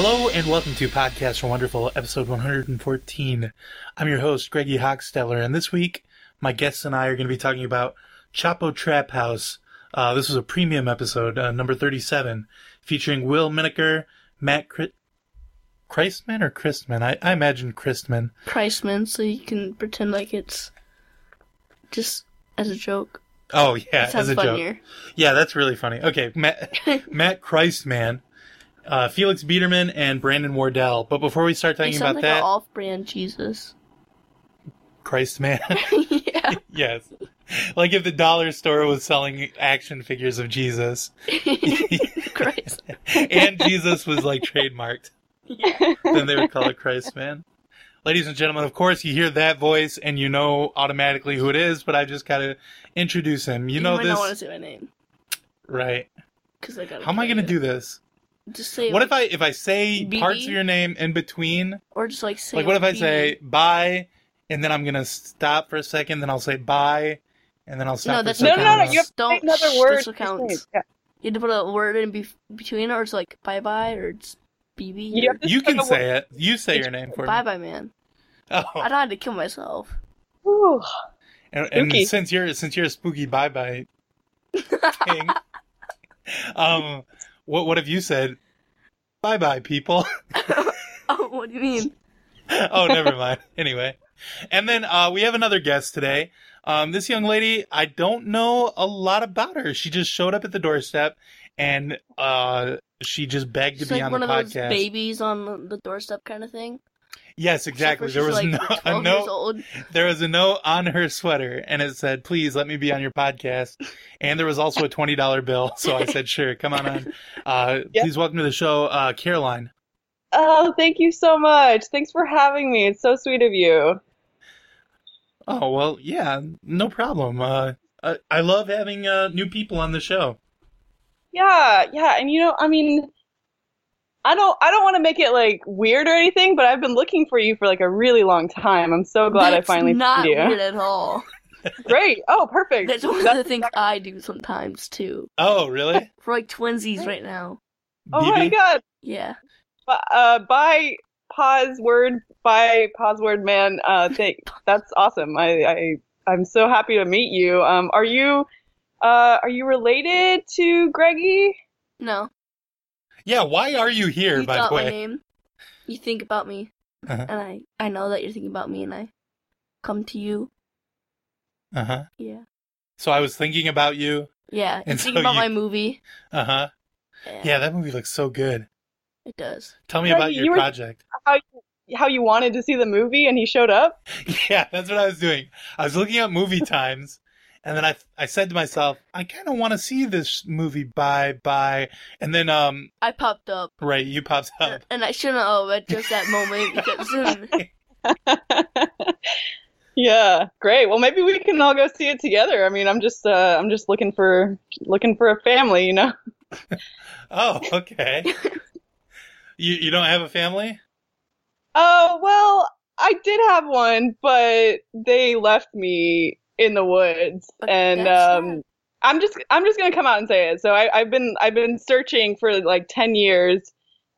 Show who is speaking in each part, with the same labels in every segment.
Speaker 1: welcome to Podcasts from Wonderful, episode 114. I'm your host, Greggy Hochsteller, and this week, my guests and I are going to be talking about Chapo Trap House. Uh, this was a premium episode, uh, number 37, featuring Will Miniker, Matt Cri- Christman or Christman? I, I imagine Christman.
Speaker 2: Christman, so you can pretend like it's just as a joke.
Speaker 1: Oh, yeah,
Speaker 2: Sounds
Speaker 1: as a joke.
Speaker 2: funnier.
Speaker 1: Yeah, that's really funny. Okay, Matt, Matt Christman, uh, Felix Biederman, and Brandon Wardell. But before we start
Speaker 2: They
Speaker 1: talking
Speaker 2: sound
Speaker 1: about
Speaker 2: like
Speaker 1: that,
Speaker 2: an off-brand Jesus.
Speaker 1: Christman,
Speaker 2: yeah,
Speaker 1: yes, like if the dollar store was selling action figures of Jesus,
Speaker 2: Christ.
Speaker 1: and Jesus was like trademarked, then they would call it Christman. Ladies and gentlemen, of course, you hear that voice and you know automatically who it is. But I just gotta introduce him. You, know
Speaker 2: might
Speaker 1: this,
Speaker 2: not want to say my name
Speaker 1: right?
Speaker 2: 'cause I got.
Speaker 1: How am I gonna do this?
Speaker 2: Just say
Speaker 1: What
Speaker 2: like,
Speaker 1: if I if I say
Speaker 2: BD?
Speaker 1: parts of your name in between?
Speaker 2: Or just like say.
Speaker 1: like what if I
Speaker 2: BB?
Speaker 1: say bye and then I'm gonna stop for a second, then I'll say bye and then I'll stop.
Speaker 2: No,
Speaker 1: for a
Speaker 2: that's
Speaker 3: No,
Speaker 1: second,
Speaker 3: no, no,
Speaker 1: and
Speaker 2: counts.
Speaker 3: you have to
Speaker 2: Don't-
Speaker 3: say another
Speaker 2: shh,
Speaker 3: word.
Speaker 2: this will count.
Speaker 3: to say it. Yeah.
Speaker 2: You had to put a word in bef between, or it's like bye bye, or it's BB.
Speaker 3: You
Speaker 2: or
Speaker 3: have to
Speaker 1: you can
Speaker 3: a word.
Speaker 1: say it. You say your name for me.
Speaker 2: Bye bye, man. I
Speaker 1: Oh,
Speaker 2: don't have to kill myself.
Speaker 3: Ooh.
Speaker 1: and, and
Speaker 3: spooky.
Speaker 1: since you're since you're a spooky bye bye thing, um, what what have you said? Bye bye, people.
Speaker 2: oh, what do you mean?
Speaker 1: oh, never mind. Anyway, and then uh, we have another guest today. Um, this young lady, I don't know a lot about her. She just showed up at the doorstep, and uh, she just begged to
Speaker 2: She's
Speaker 1: be
Speaker 2: like
Speaker 1: on
Speaker 2: one
Speaker 1: the
Speaker 2: of those
Speaker 1: podcast.
Speaker 2: babies on the- the doorstep kind of thing.
Speaker 1: yes, exactly.
Speaker 2: Except
Speaker 1: There
Speaker 2: for
Speaker 1: was
Speaker 2: she's,
Speaker 1: no, a
Speaker 2: like, 12 years
Speaker 1: note.
Speaker 2: old.
Speaker 1: There was a note on her sweater, and it said, "Please let me be on your podcast." And there was also a twenty dollar bill, so I said, "Sure, come on on." Uh,
Speaker 3: Yeah.
Speaker 1: Please welcome to the show, uh, Caroline.
Speaker 3: Oh, thank you so much. Thanks for having me. It's so sweet of you.
Speaker 1: Oh well, yeah, no problem. Uh, I, I love having uh, new people on the show.
Speaker 3: Yeah, yeah, and you know, I mean, I don't, I don't want to make it like weird or anything, but I've been looking for you for like a really long time. I'm so glad I
Speaker 2: That's
Speaker 3: finally
Speaker 2: not
Speaker 3: found you.
Speaker 2: weird at all.
Speaker 3: Great. Oh, perfect.
Speaker 2: That's one of the things I do sometimes too.
Speaker 1: Oh, really?
Speaker 2: We're like twinsies right now.
Speaker 3: Oh my
Speaker 1: BB?
Speaker 3: God.
Speaker 2: Yeah.
Speaker 3: Bu- Uh, by pause word, by pause word, man. Uh, thank. That's awesome. I, I, I'm so happy to meet you. Um, are you, uh, are you related to Greggy?
Speaker 2: No.
Speaker 1: Yeah, why are you here,
Speaker 2: you
Speaker 1: by
Speaker 2: thought
Speaker 1: the
Speaker 2: my
Speaker 1: way?
Speaker 2: name. You think about me,
Speaker 1: Uh-huh.
Speaker 2: and I I know that you're thinking about me, and I come to you.
Speaker 1: Uh huh.
Speaker 2: Yeah.
Speaker 1: So I was thinking about you.
Speaker 2: Yeah. You
Speaker 1: And
Speaker 2: think
Speaker 1: so
Speaker 2: about
Speaker 1: you-
Speaker 2: my movie.
Speaker 1: Uh huh. Yeah, that movie looks so good.
Speaker 2: It does.
Speaker 1: Tell me
Speaker 3: Yeah,
Speaker 1: about
Speaker 3: you
Speaker 1: your
Speaker 3: were-
Speaker 1: project.
Speaker 3: How you wanted to see the movie and he showed up?
Speaker 1: Yeah, that's what I was doing. I was looking at movie times, and then I I said to myself, I kind of want to see this movie. Bye bye. And then um,
Speaker 2: I popped up,
Speaker 1: right, you pops up.
Speaker 2: and I shouldn't have at just that moment because then
Speaker 3: Yeah, great. Well, maybe we can all go see it together. I mean, I'm just, uh, I'm just looking for, looking for a family, you know?
Speaker 1: Oh, okay. you you don't have a family?
Speaker 3: Oh, well, I did have one, but they left me in the woods,
Speaker 2: But
Speaker 3: and
Speaker 2: that's
Speaker 3: um,
Speaker 2: sad.
Speaker 3: I'm just, I'm just gonna come out and say it. So I, I've been, I've been searching for like ten years,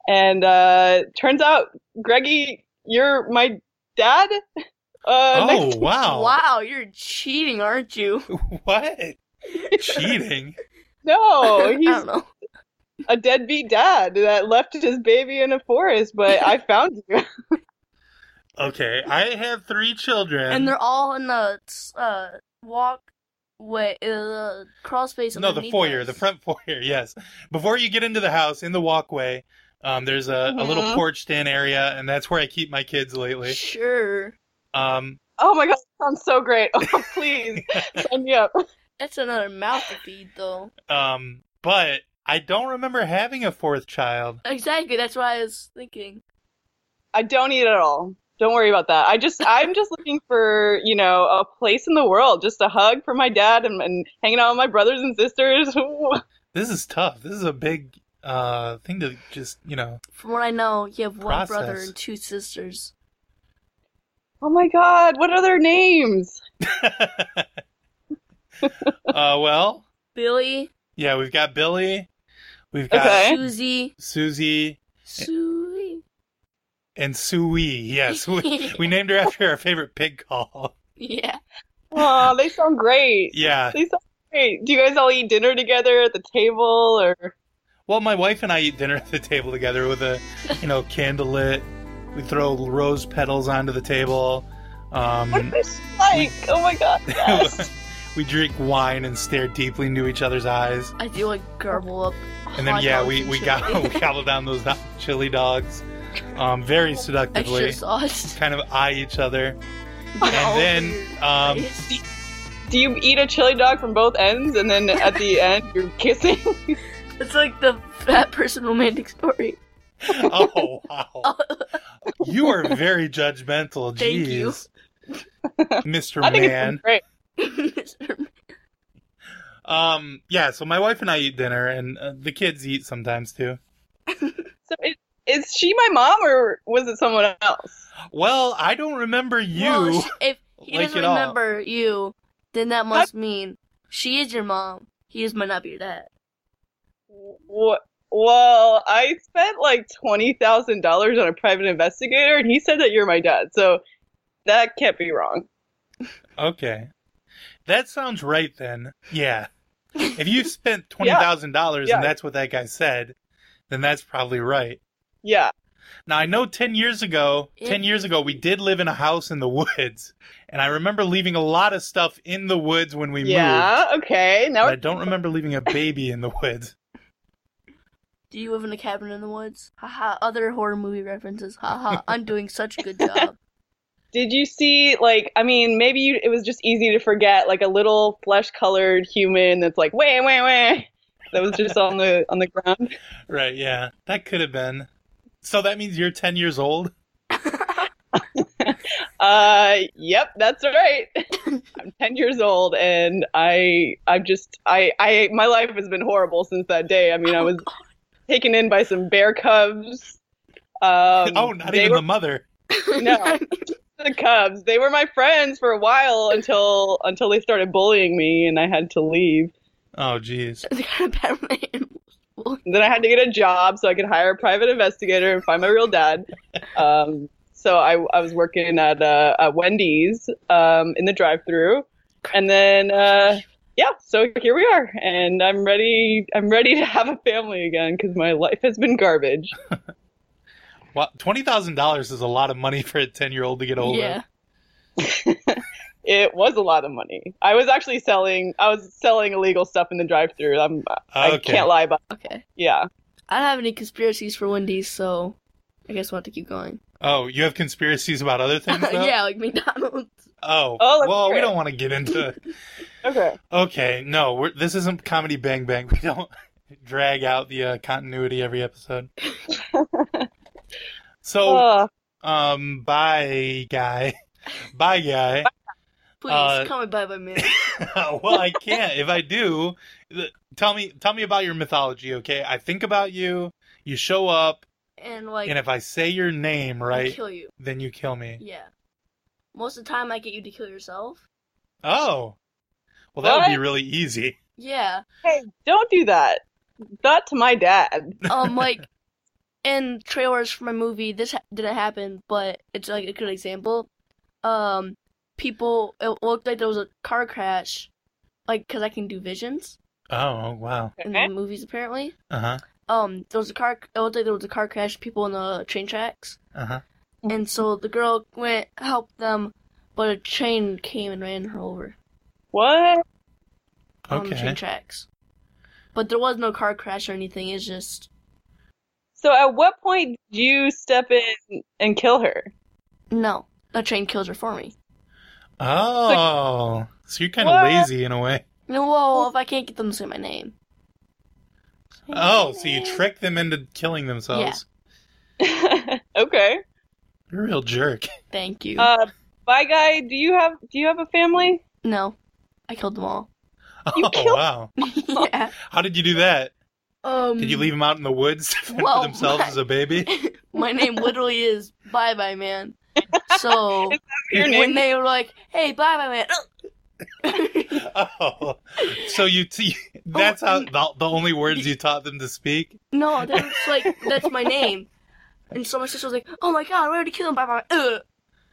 Speaker 3: and uh, turns out, Greggy, you're my dad. Uh, next
Speaker 1: oh wow.
Speaker 2: wow, you're cheating, aren't you?
Speaker 1: What? Cheating.
Speaker 3: No,
Speaker 2: I
Speaker 3: Oh, he's
Speaker 2: don't know.
Speaker 3: a deadbeat dad that left his baby in a forest, but I found you.
Speaker 1: Okay, I have three children.
Speaker 2: And they're all in the uh walkway, uh, the crawl space.
Speaker 1: no, the
Speaker 2: underneath
Speaker 1: foyer,
Speaker 2: us.
Speaker 1: the front foyer. Yes, before you get into the house, in the walkway, um, there's a, a little
Speaker 2: Mm-hmm.
Speaker 3: Mhm.
Speaker 1: porched in area, and that's where I keep my kids lately.
Speaker 2: Sure.
Speaker 1: Um,
Speaker 3: Oh my god, that sounds so great. Oh, please sign me up.
Speaker 2: That's another mouth to feed, though.
Speaker 1: um, but I don't remember having a fourth child.
Speaker 2: Exactly. That's what I was thinking.
Speaker 3: I don't eat at all. Don't worry about that. I just I'm just looking for, you know, a place in the world, just a hug for my dad and, and hanging out with my brothers and sisters. Oh
Speaker 1: This is tough. This is a big uh thing to just you know.
Speaker 2: From what I know, you have one brother
Speaker 1: Process.
Speaker 2: and two sisters.
Speaker 3: Oh my god, what are their names?
Speaker 1: uh, well,
Speaker 2: Billy,
Speaker 1: yeah, we've got Billy, we've got
Speaker 3: Okay.
Speaker 2: Susie,
Speaker 1: Susie,
Speaker 2: Susie.
Speaker 1: and Sui. Yes, we, we named her after our favorite pig call.
Speaker 2: Yeah.
Speaker 3: Oh, they sound great.
Speaker 1: Yeah.
Speaker 3: They sound great. Do you guys all eat dinner together at the table or?
Speaker 1: Well, my wife and I eat dinner at the table together with a, you know, candlelit. We throw rose petals onto the table.
Speaker 3: What
Speaker 1: Um,
Speaker 3: is she like? Oh my god. Yes.
Speaker 1: we drink wine and stare deeply into each other's eyes.
Speaker 2: I do like garble up.
Speaker 1: And then
Speaker 2: hot
Speaker 1: yeah,
Speaker 2: dogs
Speaker 1: we
Speaker 2: and
Speaker 1: we
Speaker 2: chili. Oh,
Speaker 1: got we gobbled down those hot chili dogs, um, very
Speaker 2: extra
Speaker 1: seductively,
Speaker 2: sauce.
Speaker 1: kind of eye each other,
Speaker 2: Yeah, all
Speaker 1: and
Speaker 2: over
Speaker 1: then
Speaker 2: your
Speaker 1: um,
Speaker 2: face.
Speaker 3: Do you eat a chili dog from both ends and then at the end you're kissing?
Speaker 2: it's like the fat person romantic story.
Speaker 1: oh wow, you are very judgmental. Jeez.
Speaker 2: Thank you.
Speaker 1: Mr.
Speaker 3: I think
Speaker 1: Man.
Speaker 3: it's great.
Speaker 1: Um, yeah. So my wife and I eat dinner, and uh, the kids eat sometimes too.
Speaker 3: So is, is she my mom or was it someone else?
Speaker 1: Well, I don't remember you.
Speaker 2: Well, sh- if he
Speaker 1: like
Speaker 2: doesn't
Speaker 1: it all.
Speaker 2: remember you, then that must mean she is your mom. He just might not be your dad.
Speaker 3: Wh- Well, I spent like twenty thousand dollars on a private investigator, and he said that you're my dad, so that can't be wrong.
Speaker 1: Okay. That sounds right then. Yeah. If you spent twenty thousand dollars
Speaker 3: Yeah.
Speaker 1: and that's what that guy said, then that's probably right.
Speaker 3: Yeah,
Speaker 1: Now I know ten years ago
Speaker 2: Yeah.
Speaker 1: ten years ago we did live in a house in the woods. And I remember leaving a lot of stuff in the woods when we moved.
Speaker 3: yeah, okay. Now
Speaker 1: But I
Speaker 3: we're
Speaker 1: don't remember leaving a baby in the woods.
Speaker 2: Do you live in a cabin in the woods? Haha, other horror movie references. Haha, I'm doing such a good job.
Speaker 3: Did you see like I mean maybe you, it was just easy to forget like a little flesh colored human that's like way way way that was just on the on the ground.
Speaker 1: Right, yeah. That could have been. So that means you're ten years old?
Speaker 3: Uh yep, that's right. I'm 10 years old and I I'm just I I my life has been horrible since that day. I mean I was taken in by some bear cubs. Um,
Speaker 1: oh, not
Speaker 3: they
Speaker 1: even
Speaker 3: were
Speaker 1: the mother.
Speaker 3: no the cubs they were my friends for a while until until they started bullying me and i had to leave
Speaker 1: Oh jeez.
Speaker 2: They're kind of bad with my animals.
Speaker 3: then i had to get a job so i could hire a private investigator and find my real dad um, so I, I was working at, uh, at wendy's um, in the drive through and then uh, yeah so here we are and i'm ready i'm ready to have a family again because my life has been garbage
Speaker 1: Well twenty thousand dollars is a lot of money for a ten year old to get older.
Speaker 2: Yeah.
Speaker 3: it was a lot of money i was actually selling i was selling illegal stuff in the drive through i'm I
Speaker 1: Okay.
Speaker 3: can't lie about.
Speaker 2: Okay.
Speaker 3: Yeah.
Speaker 2: I don't have any conspiracies for Wendy's, so I guess we'll have to keep going.
Speaker 1: Oh, you have conspiracies about other things? Though?
Speaker 2: yeah, like McDonald's.
Speaker 1: Oh.
Speaker 3: Oh, let's
Speaker 1: well,
Speaker 3: hear
Speaker 1: we
Speaker 3: it.
Speaker 1: don't want to get into.
Speaker 3: Okay.
Speaker 1: okay, no, we're, this isn't comedy bang bang. We don't drag out the uh, continuity every episode. so,
Speaker 3: Uh,
Speaker 1: um, bye guy, bye guy.
Speaker 2: Please
Speaker 1: Uh,
Speaker 2: call me by my man.
Speaker 1: well, I can't. If I do, th- tell me, tell me about your mythology. Okay, I think about you. You show up,
Speaker 2: And like,
Speaker 1: and if I say your name
Speaker 2: I'll
Speaker 1: right,
Speaker 2: kill you.
Speaker 1: then you kill me.
Speaker 2: Yeah. Most of the time, I get you to kill yourself.
Speaker 1: Oh, well, that would be
Speaker 3: What?
Speaker 1: really easy.
Speaker 2: Yeah.
Speaker 3: hey, don't do that. Not to my dad.
Speaker 2: Um, like, in trailers for my movie, this ha- didn't happen, but it's like a good example. Um, people, it looked like there was a car crash, like, because I can do visions
Speaker 1: Oh, wow.
Speaker 2: in
Speaker 3: Okay.
Speaker 2: the movies, apparently.
Speaker 1: Uh huh.
Speaker 2: Um, there was a car, it looked like there was a car crash, people on the train tracks.
Speaker 1: Uh huh.
Speaker 2: And so the girl went, helped them, but a train came and ran her over.
Speaker 3: What?
Speaker 2: on the
Speaker 1: Okay.
Speaker 2: train tracks. But there was no car crash or anything. It's just
Speaker 3: So at what point do you step in and kill her?
Speaker 2: no. A train kills her for me.
Speaker 1: Oh, so you're kind of
Speaker 3: What?
Speaker 1: lazy in a way.
Speaker 2: No, well, if I can't get them to say my name,
Speaker 1: Oh, so you trick them into killing themselves.
Speaker 3: okay.
Speaker 1: You're a real jerk.
Speaker 2: thank you.
Speaker 3: Uh, bye guy, do you have do you have a family?
Speaker 2: no, I killed them all.
Speaker 1: oh,
Speaker 3: killed-
Speaker 1: wow.
Speaker 2: yeah.
Speaker 1: How did you do that?
Speaker 2: Um.
Speaker 1: Did you leave them out in the woods to fend
Speaker 2: well,
Speaker 1: for themselves
Speaker 2: my-
Speaker 1: as a baby?
Speaker 2: My name literally is Bye Bye Man. So
Speaker 3: Your
Speaker 2: when
Speaker 3: name?
Speaker 2: they were like, "Hey, Bye Bye Man,"
Speaker 1: Oh, so you, t- that's how the, the only words you taught them to speak?
Speaker 2: no, that's like that's my name. And so my sister was like, "Oh my god, we're already killing him!" Bye bye. Ugh.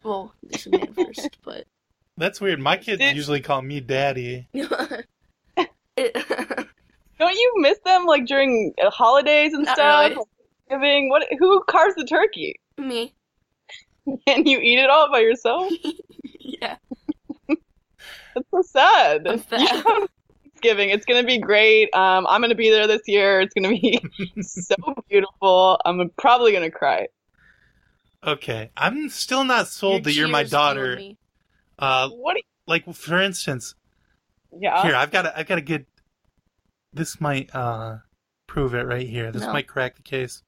Speaker 2: Well, this is man first, but
Speaker 1: That's weird. My kids
Speaker 3: Did-
Speaker 1: usually call me daddy.
Speaker 2: it,
Speaker 3: Don't you miss them like during uh, holidays and
Speaker 2: Not
Speaker 3: stuff?
Speaker 2: really.
Speaker 3: Like, Thanksgiving. What? Who carves the turkey?
Speaker 2: me,
Speaker 3: And you eat it all by yourself?
Speaker 2: yeah,
Speaker 3: That's so sad.
Speaker 2: I'm fat.
Speaker 3: Thanksgiving. It's gonna be great. Um, I'm gonna be there this year. It's gonna be so beautiful. I'm probably gonna cry.
Speaker 1: Okay, I'm still not sold
Speaker 2: Your
Speaker 1: that you're my
Speaker 2: tears kill
Speaker 1: daughter.
Speaker 2: me.
Speaker 1: Uh,
Speaker 3: What? do
Speaker 1: like for instance,
Speaker 3: you- yeah.
Speaker 2: Oh.
Speaker 1: here I've got a, I've got a good. This might uh prove it right here. This
Speaker 2: No.
Speaker 1: might crack the case.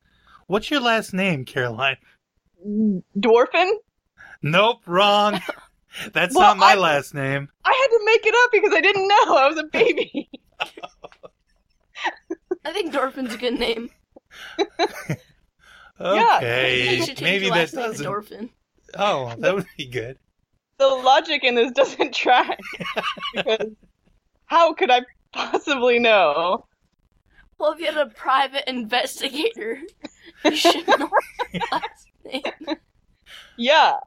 Speaker 1: What's your last name, Caroline?
Speaker 3: Dwarfin?
Speaker 1: Nope, wrong. That's
Speaker 3: Well,
Speaker 1: not my
Speaker 3: I-
Speaker 1: last name.
Speaker 3: I had to make it up because I didn't know. I was a baby.
Speaker 2: I think Dorfin's a good name.
Speaker 3: Yeah.
Speaker 1: Okay,
Speaker 2: You should change
Speaker 1: maybe
Speaker 2: your
Speaker 1: that
Speaker 2: last name to
Speaker 1: doesn't.
Speaker 2: Dorfin.
Speaker 1: Oh, that would be good.
Speaker 3: The logic in this doesn't track. because how could I possibly know?
Speaker 2: Well, if you had a private investigator, you should know your last name.
Speaker 3: Yeah.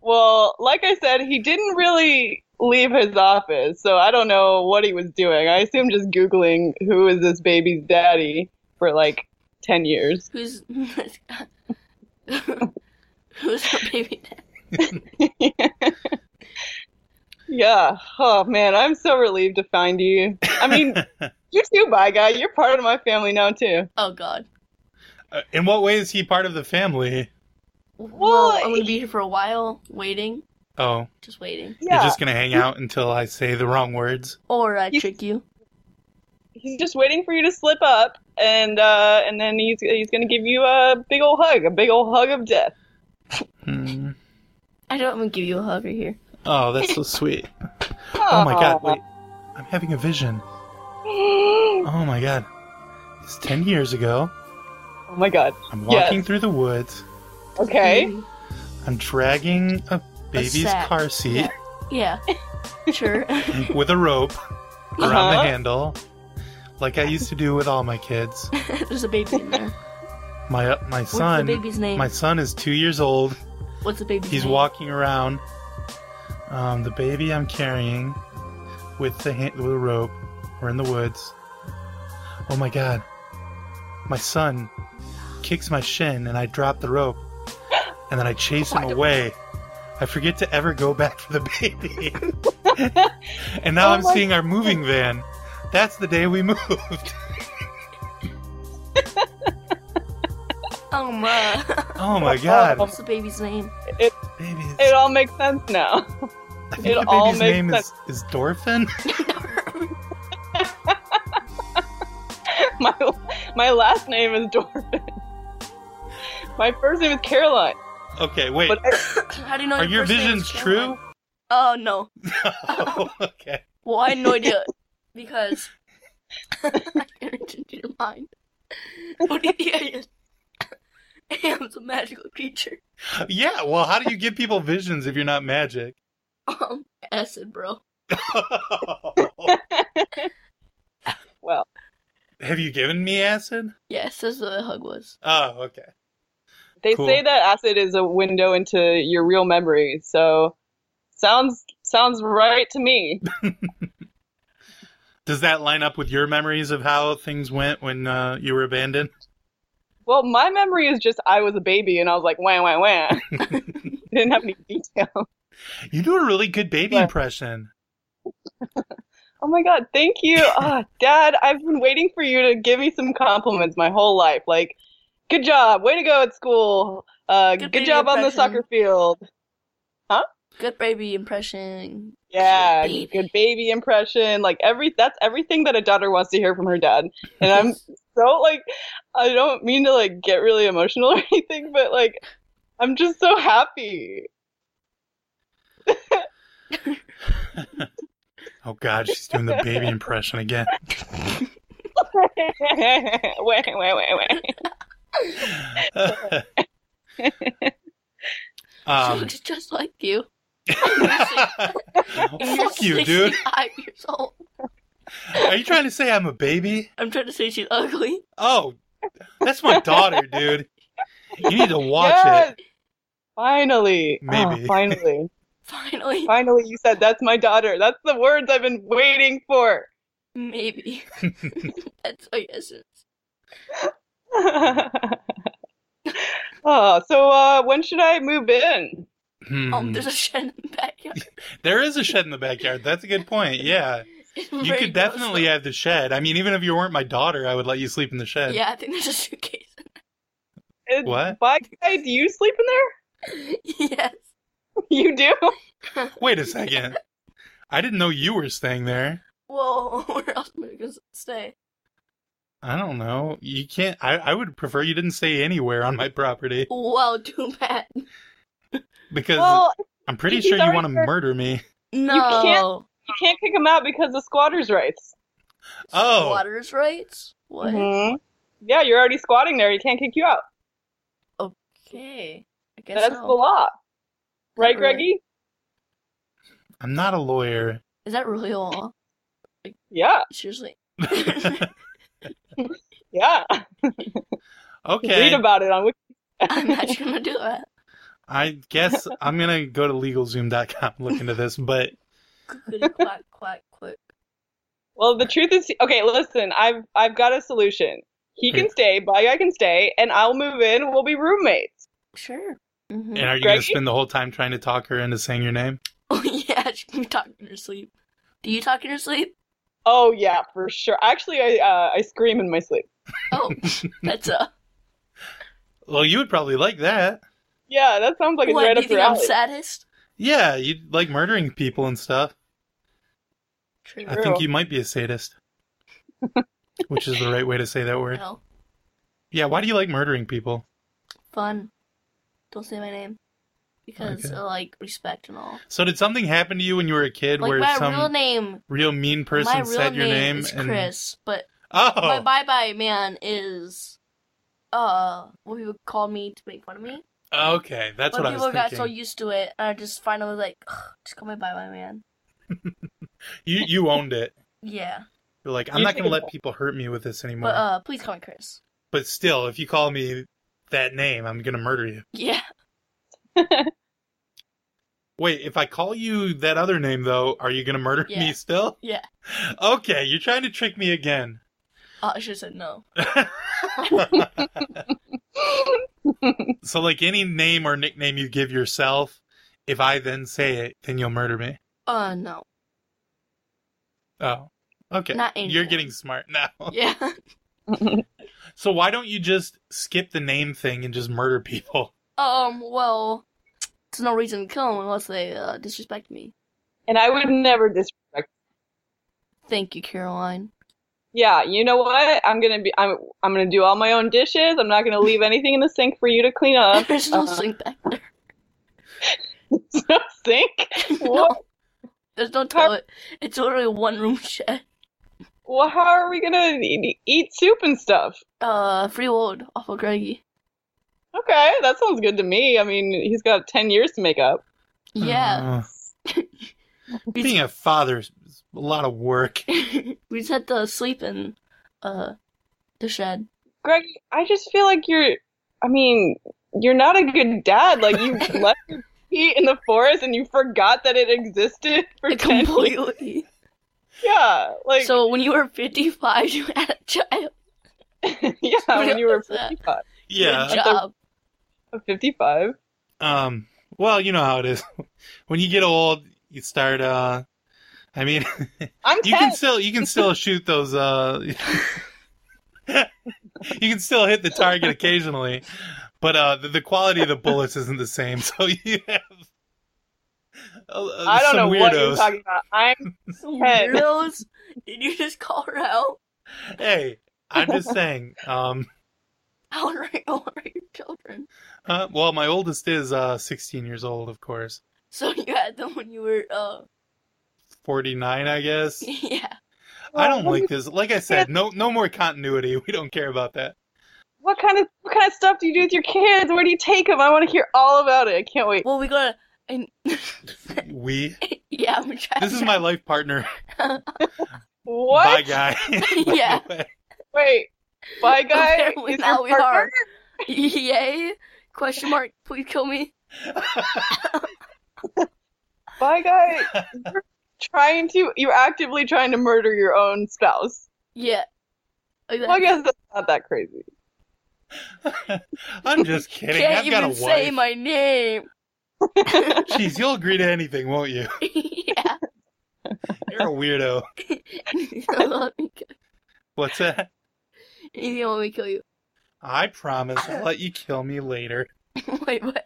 Speaker 3: Well, like I said, he didn't really leave his office, so I don't know what he was doing. I assume just Googling who is this baby's daddy for like 10 years.
Speaker 2: Who's who's her baby dad?
Speaker 3: Yeah. Oh man, I'm so relieved to find you. I mean, you too, bye guy. You're part of my family now too.
Speaker 2: Oh God.
Speaker 1: Uh, in what way is he part of the family?
Speaker 2: Well,
Speaker 3: Well,
Speaker 2: I'm gonna be here for a while, waiting,
Speaker 1: Oh,
Speaker 2: just waiting,
Speaker 3: Yeah.
Speaker 1: you're just gonna hang out until I say the wrong words.
Speaker 2: or I
Speaker 3: You-
Speaker 2: trick you.
Speaker 3: He's just waiting for you to slip up and uh and then he's he's going to give you a big old hug, a big old hug of death.
Speaker 1: Hmm.
Speaker 2: I don't even give you a hug right here.
Speaker 1: Oh, that's so sweet. Oh my god,
Speaker 3: Aw.
Speaker 1: wait. I'm having a vision. Oh my god. It's 10 years ago.
Speaker 3: Oh my god.
Speaker 1: I'm
Speaker 3: Yes.
Speaker 1: walking through the woods.
Speaker 3: Okay.
Speaker 2: Mm,
Speaker 1: I'm dragging a baby's
Speaker 2: sack.
Speaker 1: car seat
Speaker 2: Yeah. Sure.
Speaker 1: with a rope around the
Speaker 3: Uh-huh.
Speaker 1: handle, like I used to do with all my kids.
Speaker 2: There's a baby in there.
Speaker 1: My uh, my
Speaker 2: What's
Speaker 1: son,
Speaker 2: the baby's name?
Speaker 1: my son is two years old.
Speaker 2: What's the baby's
Speaker 1: He's
Speaker 2: name?
Speaker 1: walking around. Um, the baby I'm carrying with the hand, with a rope. We're in the woods. Oh my god. My son kicks my shin and I drop the rope. And then I chase him
Speaker 2: Why do-
Speaker 1: away. I forget to ever go back for the baby. and now
Speaker 3: Oh
Speaker 1: I'm
Speaker 3: my
Speaker 1: seeing our moving van. That's the day we moved.
Speaker 2: Oh my.
Speaker 1: Oh my god.
Speaker 2: What's the baby's name?
Speaker 1: Baby,
Speaker 3: Um, It all makes sense now.
Speaker 1: I think
Speaker 3: it
Speaker 1: the
Speaker 3: all
Speaker 1: baby's
Speaker 3: makes
Speaker 1: name is, is Dorfin.
Speaker 3: My my last name is Dorfin. My first name is Caroline.
Speaker 1: Okay, wait.
Speaker 3: But I-
Speaker 2: How do you know?
Speaker 1: Are
Speaker 2: your
Speaker 1: your
Speaker 2: first name
Speaker 1: visions
Speaker 2: is Caroline?
Speaker 1: true?
Speaker 2: Oh no.
Speaker 1: oh, okay.
Speaker 2: Well, I had no idea because I entered into your mind. What do you think I am? I am a magical creature.
Speaker 1: Yeah, well, how do you give people visions if you're not magic?
Speaker 2: Um, acid, bro.
Speaker 3: well,
Speaker 1: Have you given me acid?
Speaker 2: Yes, that's what the hug was.
Speaker 1: Oh, okay.
Speaker 3: they
Speaker 1: Cool.
Speaker 3: say that acid is a window into your real memory, so sounds sounds right to me.
Speaker 1: Does that line up with your memories of how things went when uh, you were abandoned?
Speaker 3: Well, my memory is just I was a baby and I was like wah wah wah. I didn't have any detail.
Speaker 1: You do a really good baby
Speaker 3: Yeah.
Speaker 1: impression.
Speaker 3: Oh my god, thank you. Ah, Dad, I've been waiting for you to give me some compliments my whole life. Like, good job, way to go at school. Uh,
Speaker 2: Good
Speaker 3: good,
Speaker 2: baby
Speaker 3: job on the
Speaker 2: impression.
Speaker 3: soccer field.
Speaker 2: Good baby impression.
Speaker 3: Yeah,
Speaker 2: baby.
Speaker 3: good baby impression. Like every that's everything that a daughter wants to hear from her dad. And I'm so like I don't mean to like get really emotional or anything, but like I'm just so happy.
Speaker 1: Oh, God, she's doing the baby impression again.
Speaker 3: wait, wait, wait, wait.
Speaker 1: um,
Speaker 2: she looks just like you. And
Speaker 1: fuck
Speaker 2: you're
Speaker 1: you, dude.
Speaker 2: 65 years old.
Speaker 1: Are you trying to say I'm a baby?
Speaker 2: I'm trying to say she's ugly.
Speaker 1: Oh, that's my daughter, dude. You need to watch
Speaker 3: Yes!
Speaker 1: it.
Speaker 3: Finally. Ah,
Speaker 1: Maybe.
Speaker 3: finally.
Speaker 2: Finally,
Speaker 3: finally, you said that's my daughter. That's the words I've been waiting for.
Speaker 2: maybe. That's my essence.
Speaker 3: oh, so uh, when should I move in?
Speaker 1: Hmm.
Speaker 2: Um, there's a shed in the backyard.
Speaker 1: There is a shed in the backyard. That's a good point. Yeah.
Speaker 2: It's
Speaker 1: You
Speaker 2: very
Speaker 1: could
Speaker 2: gross,
Speaker 1: definitely have the shed. I mean, even if you weren't my daughter, I would let you sleep in the
Speaker 2: though.
Speaker 1: shed.
Speaker 2: Yeah, I think there's a suitcase.
Speaker 3: It,
Speaker 1: What?
Speaker 3: By guy, do you sleep in there?
Speaker 2: yes.
Speaker 3: You do?
Speaker 1: Wait a second. I didn't know you were staying there.
Speaker 2: Whoa, where else am I gonna stay?
Speaker 1: I don't know. You can't. I, I would prefer you didn't stay anywhere on my property
Speaker 2: Well, too bad.
Speaker 1: because
Speaker 3: Well,
Speaker 1: I'm pretty
Speaker 3: he's
Speaker 1: sure you
Speaker 3: already
Speaker 1: want to
Speaker 3: there.
Speaker 1: murder me.
Speaker 2: No.
Speaker 3: you can't kick him out because of squatters' rights.
Speaker 1: Oh.
Speaker 2: Squatters' rights? What?
Speaker 3: Mhm. Yeah, you're already squatting there. He can't kick you out.
Speaker 2: Okay. I guess
Speaker 3: That's
Speaker 2: so.
Speaker 3: the law. Right,
Speaker 2: Right.
Speaker 3: Greggy?
Speaker 1: I'm not a lawyer.
Speaker 2: Is that really all?
Speaker 3: Yeah,
Speaker 2: Seriously?
Speaker 3: yeah. Read
Speaker 1: okay.
Speaker 3: about it on Wiki.
Speaker 2: I'm not gonna do that.
Speaker 1: I guess I'm going to go to legalzoom.com look into this, but
Speaker 3: Mm-hmm.
Speaker 2: Clickety clack, clack, click.
Speaker 3: Well, the truth is, okay. Listen, I've I've got a solution. He
Speaker 1: Okay.
Speaker 3: can stay. Bye guy can stay, and I'll move in. We'll be roommates.
Speaker 2: Sure. hmm
Speaker 1: and are you going to
Speaker 3: Greggy?
Speaker 1: spend the whole time trying to talk her into saying your name?
Speaker 2: Oh, yeah, she can talk in her sleep. Do you talk in your sleep?
Speaker 3: Oh yeah, for sure. Actually, I uh, I scream in my sleep.
Speaker 2: Oh, that's a.
Speaker 1: Well, you would probably like that.
Speaker 3: Yeah, that sounds like it's
Speaker 2: what,
Speaker 3: right
Speaker 2: do
Speaker 3: up
Speaker 2: you think
Speaker 3: your
Speaker 2: I'm
Speaker 3: alley.
Speaker 2: saddest?
Speaker 1: Yeah, you'd like murdering people and stuff.
Speaker 2: True.
Speaker 1: I think you might be a sadist, which is the right way to say that word.
Speaker 2: No.
Speaker 1: Yeah, why do you like murdering people?
Speaker 2: Fun. Don't say my name. Because,
Speaker 1: Okay.
Speaker 2: uh, like, respect and all.
Speaker 1: So did something happen to you when you were a kid
Speaker 2: Like,
Speaker 1: where
Speaker 2: my
Speaker 1: some
Speaker 2: real name.
Speaker 1: real mean person
Speaker 2: my real
Speaker 1: said your name,
Speaker 2: is
Speaker 1: and
Speaker 2: Chris, but
Speaker 1: oh,
Speaker 2: my bye bye man is uh what people call me to make fun of me.
Speaker 1: okay, that's
Speaker 2: but
Speaker 1: what I was
Speaker 2: people
Speaker 1: thinking.
Speaker 2: got so used to it and I just finally was like "Ugh, just call me bye bye man.
Speaker 1: you you owned it.
Speaker 2: Yeah.
Speaker 1: You're like, I'm
Speaker 3: You
Speaker 1: not gonna
Speaker 3: should-
Speaker 1: let people hurt me with this anymore.
Speaker 2: But
Speaker 1: But,
Speaker 2: uh please call me Chris.
Speaker 1: still, if you call me that name, I'm gonna murder you.
Speaker 2: Yeah.
Speaker 1: Wait, if I call you that other name though, are you gonna murder
Speaker 2: Yeah.
Speaker 1: me still?
Speaker 2: Yeah.
Speaker 1: Okay, you're trying to trick me again.
Speaker 2: Uh, I should have said no.
Speaker 1: so like any name or nickname you give yourself, if I then say it, then you'll murder me.
Speaker 2: Uh no.
Speaker 1: Oh. Okay.
Speaker 2: Not
Speaker 1: You're
Speaker 2: anymore.
Speaker 1: getting smart now.
Speaker 2: Yeah.
Speaker 1: So why don't you just skip the name thing and just murder people?
Speaker 2: um well there's no reason to kill 'em unless they uh, disrespect me.
Speaker 3: and I would never disrespect.
Speaker 2: Thank you, Caroline.
Speaker 3: Yeah, you know what? I'm gonna be. I'm I'm gonna do all my own dishes. I'm not gonna leave anything in the sink for you to clean up.
Speaker 2: There's no
Speaker 3: uh,
Speaker 2: sink back there.
Speaker 3: No sink. What?
Speaker 2: No. There's no
Speaker 3: Car-
Speaker 2: toilet. It's literally one room shed.
Speaker 3: Well, how are we gonna e- eat soup and stuff?
Speaker 2: Uh free load off of Greggy.
Speaker 3: Okay, that sounds good to me. I mean, he's got 10 years to make up.
Speaker 2: Yeah.
Speaker 1: Oh. Being a father is a lot of work.
Speaker 2: we just had to sleep in uh the shed.
Speaker 3: Greg, I just feel like you're, I mean, you're not a good dad. Like, you left your pee in the forest and you forgot that it existed for 10 years.
Speaker 2: Completely.
Speaker 3: Yeah, like,
Speaker 2: so when you were fifty five you had a child
Speaker 3: yeah, when you were
Speaker 2: What's that?
Speaker 3: 55.
Speaker 1: Yeah.
Speaker 2: Good job.
Speaker 3: 55.
Speaker 1: Um. Well, you know how it is. when you get old, you start. Uh. I mean,
Speaker 3: I'm
Speaker 1: you can
Speaker 3: 10.
Speaker 1: still you can still shoot those. Uh. you can still hit the target occasionally, but uh, the, the quality of the bullets isn't the same. So you have. Uh,
Speaker 3: I don't know
Speaker 1: some
Speaker 3: what
Speaker 1: weirdos.
Speaker 3: you're talking about. I'm, Hey.
Speaker 2: Weirdos. Did you just call her out?
Speaker 1: Hey, I'm just saying. Um.
Speaker 2: How old are, how old are your children?
Speaker 1: Uh, well, my oldest is uh 16 years old, of course.
Speaker 2: So you had them when you were uh
Speaker 1: 49, I guess.
Speaker 2: yeah.
Speaker 1: I don't
Speaker 3: Well,
Speaker 1: like this. Like I said, no no more continuity. We don't care about that.
Speaker 3: What kind of what kind of stuff do you do with your kids? Where do you take them? I want to hear all about it. I can't wait.
Speaker 2: Well we gotta and
Speaker 1: We.
Speaker 2: yeah, I'm trying
Speaker 1: This is my life partner.
Speaker 3: What?
Speaker 1: Bye, guy. By the
Speaker 2: Yeah.
Speaker 1: way.
Speaker 3: Wait, bye guy.
Speaker 2: Apparently
Speaker 3: He's
Speaker 2: now
Speaker 3: your
Speaker 2: we are.
Speaker 3: partner?
Speaker 2: Yay? Question mark. Please kill me.
Speaker 3: Bye, guy. You're trying to. You're actively trying to murder your own spouse.
Speaker 2: Yeah.
Speaker 3: Well, I
Speaker 2: Exactly.
Speaker 3: guess that's not that crazy.
Speaker 1: I'm just kidding.
Speaker 2: Can't
Speaker 1: I've
Speaker 2: even
Speaker 1: got a
Speaker 2: say
Speaker 1: wife.
Speaker 2: my name.
Speaker 1: Jeez, you'll agree to anything, won't you?
Speaker 2: yeah.
Speaker 1: You're a weirdo.
Speaker 2: Anything will let me kill-
Speaker 1: What's that?
Speaker 2: anything will let me kill you.
Speaker 1: I promise I'll let you kill me later.
Speaker 2: Wait, what?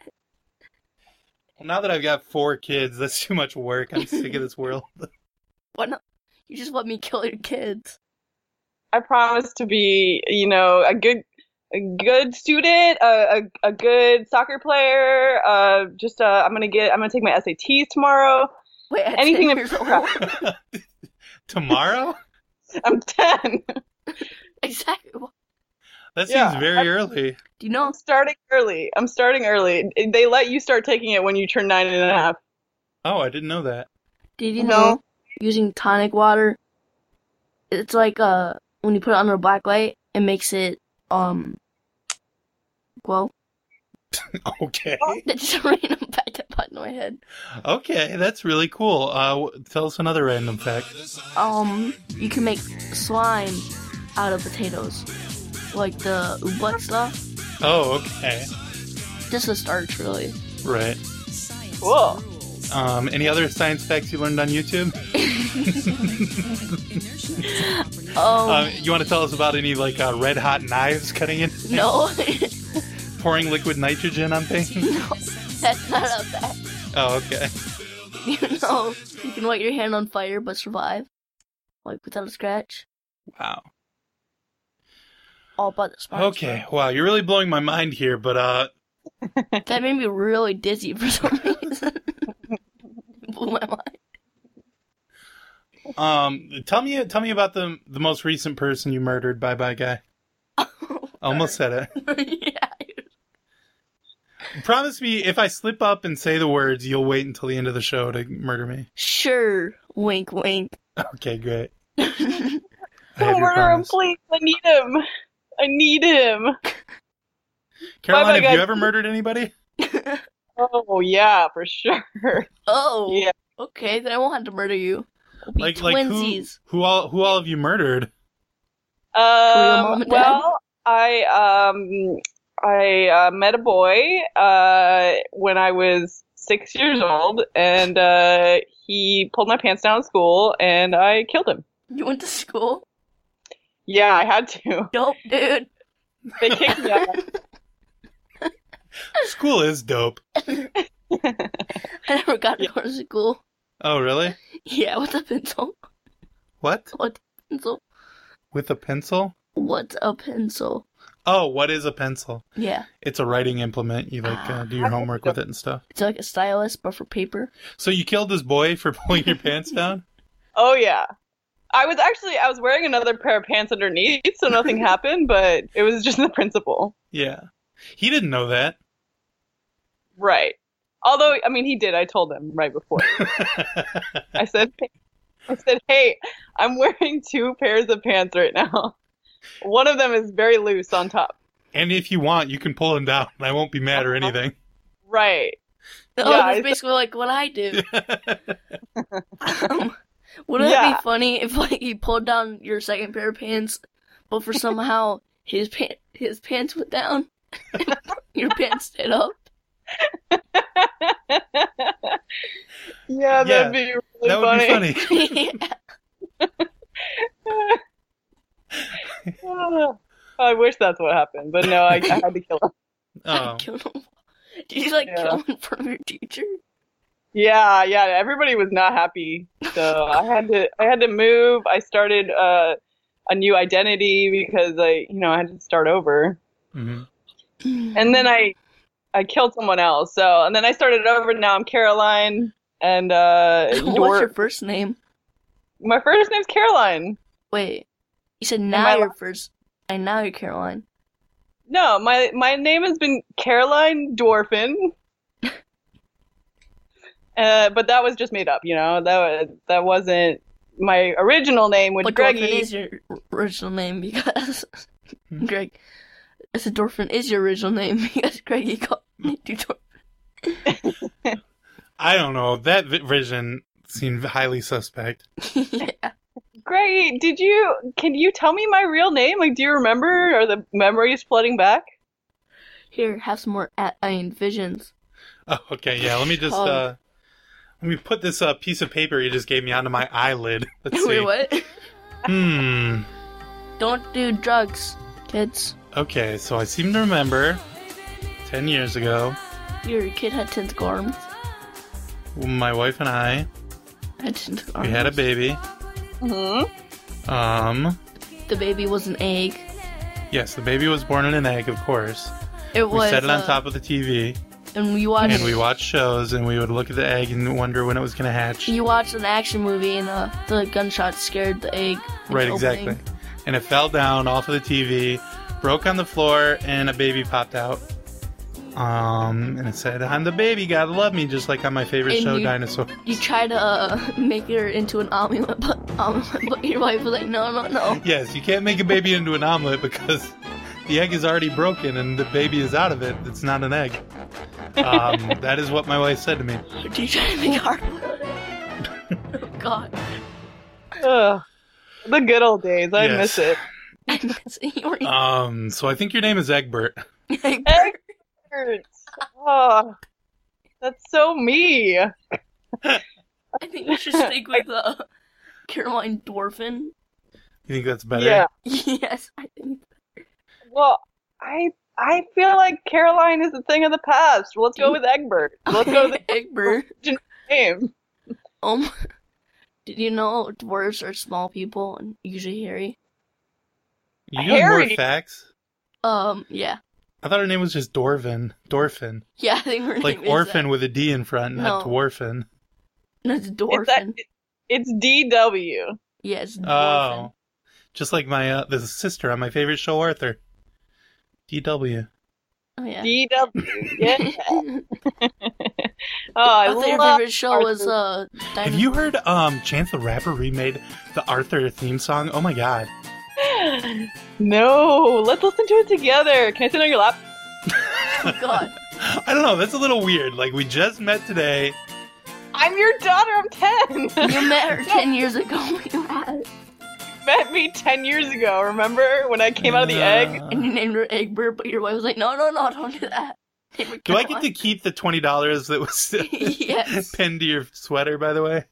Speaker 1: Well, now that I've got four kids, that's too much work. I'm sick of this world.
Speaker 2: What? No? You just let me kill your kids.
Speaker 3: I promise to be, you know, a good, a good student, a, a, a good soccer player. Uh, just, uh, I'm gonna get, I'm gonna take my SATs tomorrow.
Speaker 2: Wait, at
Speaker 3: Anything
Speaker 2: 10
Speaker 3: to
Speaker 2: years old.
Speaker 1: Tomorrow?
Speaker 3: I'm ten.
Speaker 2: Exactly. What-
Speaker 1: That seems
Speaker 3: Yeah,
Speaker 1: very early.
Speaker 2: Do you know?
Speaker 3: I'm starting early. I'm starting early. They let you start taking it when you turn nine and a half.
Speaker 1: Oh, I didn't know that.
Speaker 2: Did you
Speaker 3: No.
Speaker 2: know using tonic water? It's like uh when you put it under a black light, it makes it um glow.
Speaker 1: Okay.
Speaker 2: That just random fact that popped in my head.
Speaker 1: Okay, that's really cool. Uh, w- tell us another random fact.
Speaker 2: Um, you can make slime out of potatoes, like the ublex stuff.
Speaker 1: Oh, okay.
Speaker 2: Just the starch, really.
Speaker 1: Right.
Speaker 3: Cool.
Speaker 1: Um, any other science facts you learned on YouTube?
Speaker 2: Um,
Speaker 1: Um, you want to tell us about any like uh, red hot knives cutting in,
Speaker 2: no,
Speaker 1: pouring liquid nitrogen on things?
Speaker 2: that's not a fact.
Speaker 1: Oh, okay.
Speaker 2: You know, you can light your hand on fire but survive, like without a scratch.
Speaker 1: Wow.
Speaker 2: All about the smarts.
Speaker 1: Okay. Wow, you're really blowing my mind here, but uh,
Speaker 2: That made me really dizzy for some reason. Blew my mind.
Speaker 1: um, tell me tell me about the the most recent person you murdered. Bye, bye, guy. Almost said it.
Speaker 2: yeah.
Speaker 1: Promise me if I slip up and say the words, you'll wait until the end of the show to murder me.
Speaker 2: Sure. Wink, wink.
Speaker 1: Okay, great. I have
Speaker 3: Don't
Speaker 1: your
Speaker 3: murder him,
Speaker 1: promise.
Speaker 3: please. I need him. I need him.
Speaker 1: Caroline,
Speaker 3: Bye-bye,
Speaker 1: have you
Speaker 3: guys.
Speaker 1: ever murdered anybody?
Speaker 3: Oh yeah, for sure.
Speaker 2: oh.
Speaker 3: Yeah.
Speaker 2: Okay, then I won't have to murder you. We'll be
Speaker 1: Like, like who,
Speaker 2: twinsies.
Speaker 1: who all who all of you murdered?
Speaker 2: your mom
Speaker 3: Um,
Speaker 2: and dad?
Speaker 3: well, I um, I uh, met a boy uh, when I was six years old, and uh, he pulled my pants down at school, and I killed him.
Speaker 2: You went to school?
Speaker 3: Yeah, I had to.
Speaker 2: Nope, dude.
Speaker 3: They kicked me out.
Speaker 1: School is dope.
Speaker 2: I never got to go to school.
Speaker 1: Oh, really?
Speaker 2: Yeah, with a pencil.
Speaker 1: What?
Speaker 2: pencil.
Speaker 1: With a pencil?
Speaker 2: What's a pencil?
Speaker 1: Oh, what is a pencil?
Speaker 2: Yeah,
Speaker 1: It's a writing implement. You like uh, do your homework with it and stuff.
Speaker 2: it's like a stylus, but for paper.
Speaker 1: So you killed this boy for pulling your pants down?
Speaker 3: Oh yeah. I was actually I was wearing another pair of pants underneath, so nothing happened, but it was just the principle.
Speaker 1: Yeah. He didn't know that.
Speaker 3: Right. Although, I mean, he did. I told him right before. I said, I said, hey, I'm wearing two pairs of pants right now. One of them is very loose on top.
Speaker 1: And if you want, you can pull him down. I won't be mad or anything.
Speaker 3: Right.
Speaker 2: Oh,
Speaker 3: Yeah,
Speaker 2: that's
Speaker 3: I-
Speaker 2: basically like what I do. Um, wouldn't it
Speaker 3: Yeah.
Speaker 2: be funny if like you pulled down your second pair of pants, but for somehow his pant his pants went down, your pants stayed up?
Speaker 3: Yeah,
Speaker 1: Yeah,
Speaker 3: that'd be really
Speaker 1: that would
Speaker 3: funny.
Speaker 1: be funny.
Speaker 2: yeah.
Speaker 3: I wish that's what happened, but no, I, I had to kill him.
Speaker 1: Oh.
Speaker 2: Killed him. Did you like
Speaker 3: Yeah.
Speaker 2: kill him in front of your teacher?
Speaker 3: Yeah, yeah. Everybody was not happy, so I had to. I had to move. I started uh, a new identity because I, you know, I had to start over.
Speaker 1: hmm
Speaker 3: and then I I killed someone else. So and then I started over. Now I'm Caroline, and uh,
Speaker 2: what's
Speaker 3: you're-
Speaker 2: your first name?
Speaker 3: my first name's Caroline.
Speaker 2: Wait, you said now
Speaker 3: my
Speaker 2: you're first, and now you're Caroline.
Speaker 3: No, my my name has been Caroline Dwarfin. Uh, but that was just made up, you know. That wa- that wasn't my original name, which
Speaker 2: But Greggy
Speaker 3: Greggy.
Speaker 1: Hmm.
Speaker 2: is your original name because Greg Mrs. Dorfman is your original name because Greggy called me
Speaker 1: Hmm.
Speaker 2: Dorfman.
Speaker 1: I don't know. That vi- vision seemed highly suspect.
Speaker 2: yeah.
Speaker 3: Greggy, did you? Can you tell me my real name? Like, do you remember? Are the memories flooding back?
Speaker 2: Here, have some more at I mean, visions.
Speaker 1: Oh, okay, yeah. Let me just
Speaker 2: Oh.
Speaker 1: uh, let me put this uh, piece of paper you just gave me onto my eyelid. Let's see.
Speaker 2: Wait, what?
Speaker 1: Hmm.
Speaker 2: Don't do drugs, kids.
Speaker 1: Okay, so I seem to remember ten years ago,
Speaker 2: Your kid had tentacle arms.
Speaker 1: my wife and I
Speaker 2: Had tentacle
Speaker 1: we
Speaker 2: arms.
Speaker 1: had a baby.
Speaker 3: Hmm.
Speaker 1: Um,
Speaker 2: The baby was an egg.
Speaker 1: yes, the baby was born in an egg, of course.
Speaker 2: It
Speaker 1: We
Speaker 2: was.
Speaker 1: set it on
Speaker 2: uh,
Speaker 1: top of the TV,
Speaker 2: And we watched.
Speaker 1: and we watched shows, and we would look at the egg and wonder when it was gonna hatch.
Speaker 2: You watched an action movie and uh, the gunshot scared the egg. into
Speaker 1: Right,
Speaker 2: opening.
Speaker 1: exactly. And it fell down off of the TV, broke on the floor, and a baby popped out. Um, and it said, "I'm the baby. God love me," just like on my favorite
Speaker 2: And
Speaker 1: show,
Speaker 2: you-
Speaker 1: Dinosaur.
Speaker 2: You try to uh, make her into an omelet, but, omelet, but your wife was like, no, no, no.
Speaker 1: Yes, you can't make a baby into an omelet because the egg is already broken and the baby is out of it. It's not an egg. Um, that is what my wife said to me.
Speaker 2: Do you try to make her? oh, God.
Speaker 3: Ugh. The good old days. I
Speaker 1: Yes.
Speaker 3: miss it.
Speaker 2: I miss you were
Speaker 1: Um, so I think your name is Egbert.
Speaker 2: eating
Speaker 3: Egbert. Oh, that's so me.
Speaker 2: I think we should stick with uh, Caroline Dwarfin.
Speaker 1: You think that's better?
Speaker 3: Yeah.
Speaker 2: Yes, I think.
Speaker 3: Well, I I feel like Caroline is a thing of the past. Let's go with Egbert. Let's go with
Speaker 2: Egbert.
Speaker 3: the name.
Speaker 2: Um, did you know dwarves are small people and usually hairy?
Speaker 1: You doing more
Speaker 3: Harry.
Speaker 1: facts?
Speaker 2: Um, yeah.
Speaker 1: I thought her name was just Dorvin. Dorfin.
Speaker 2: Yeah, I think we're
Speaker 1: Like orphan with a D in front, not
Speaker 2: No.
Speaker 1: dwarfin.
Speaker 2: No, it's
Speaker 3: It's, that,
Speaker 2: dwarfin.
Speaker 3: it's DW.
Speaker 2: Yes, dwarfin.
Speaker 1: Oh. Just like my uh, the sister on my favorite show, Arthur. DW.
Speaker 2: Oh, yeah.
Speaker 3: DW. Yeah.
Speaker 2: I
Speaker 3: Oh, I
Speaker 2: think your
Speaker 3: love
Speaker 2: favorite show was uh.
Speaker 1: Have you heard um Chance the Rapper remade the Arthur theme song? Oh my god.
Speaker 3: No, let's listen to it together. Can I sit on your lap?
Speaker 2: Oh, God,
Speaker 1: I don't know. That's a little weird. Like we just met today.
Speaker 3: I'm your daughter. I'm 10.
Speaker 2: you met her ten years ago. You had-
Speaker 3: met me 10 years ago, remember? When I came out of the egg?
Speaker 2: and you named her Egbert, but your wife was like, "No, no, no, don't do that." Name her
Speaker 1: Do I get to
Speaker 2: Caroline.
Speaker 1: keep the twenty dollars that was
Speaker 2: Yes.
Speaker 1: pinned to your sweater? By the way,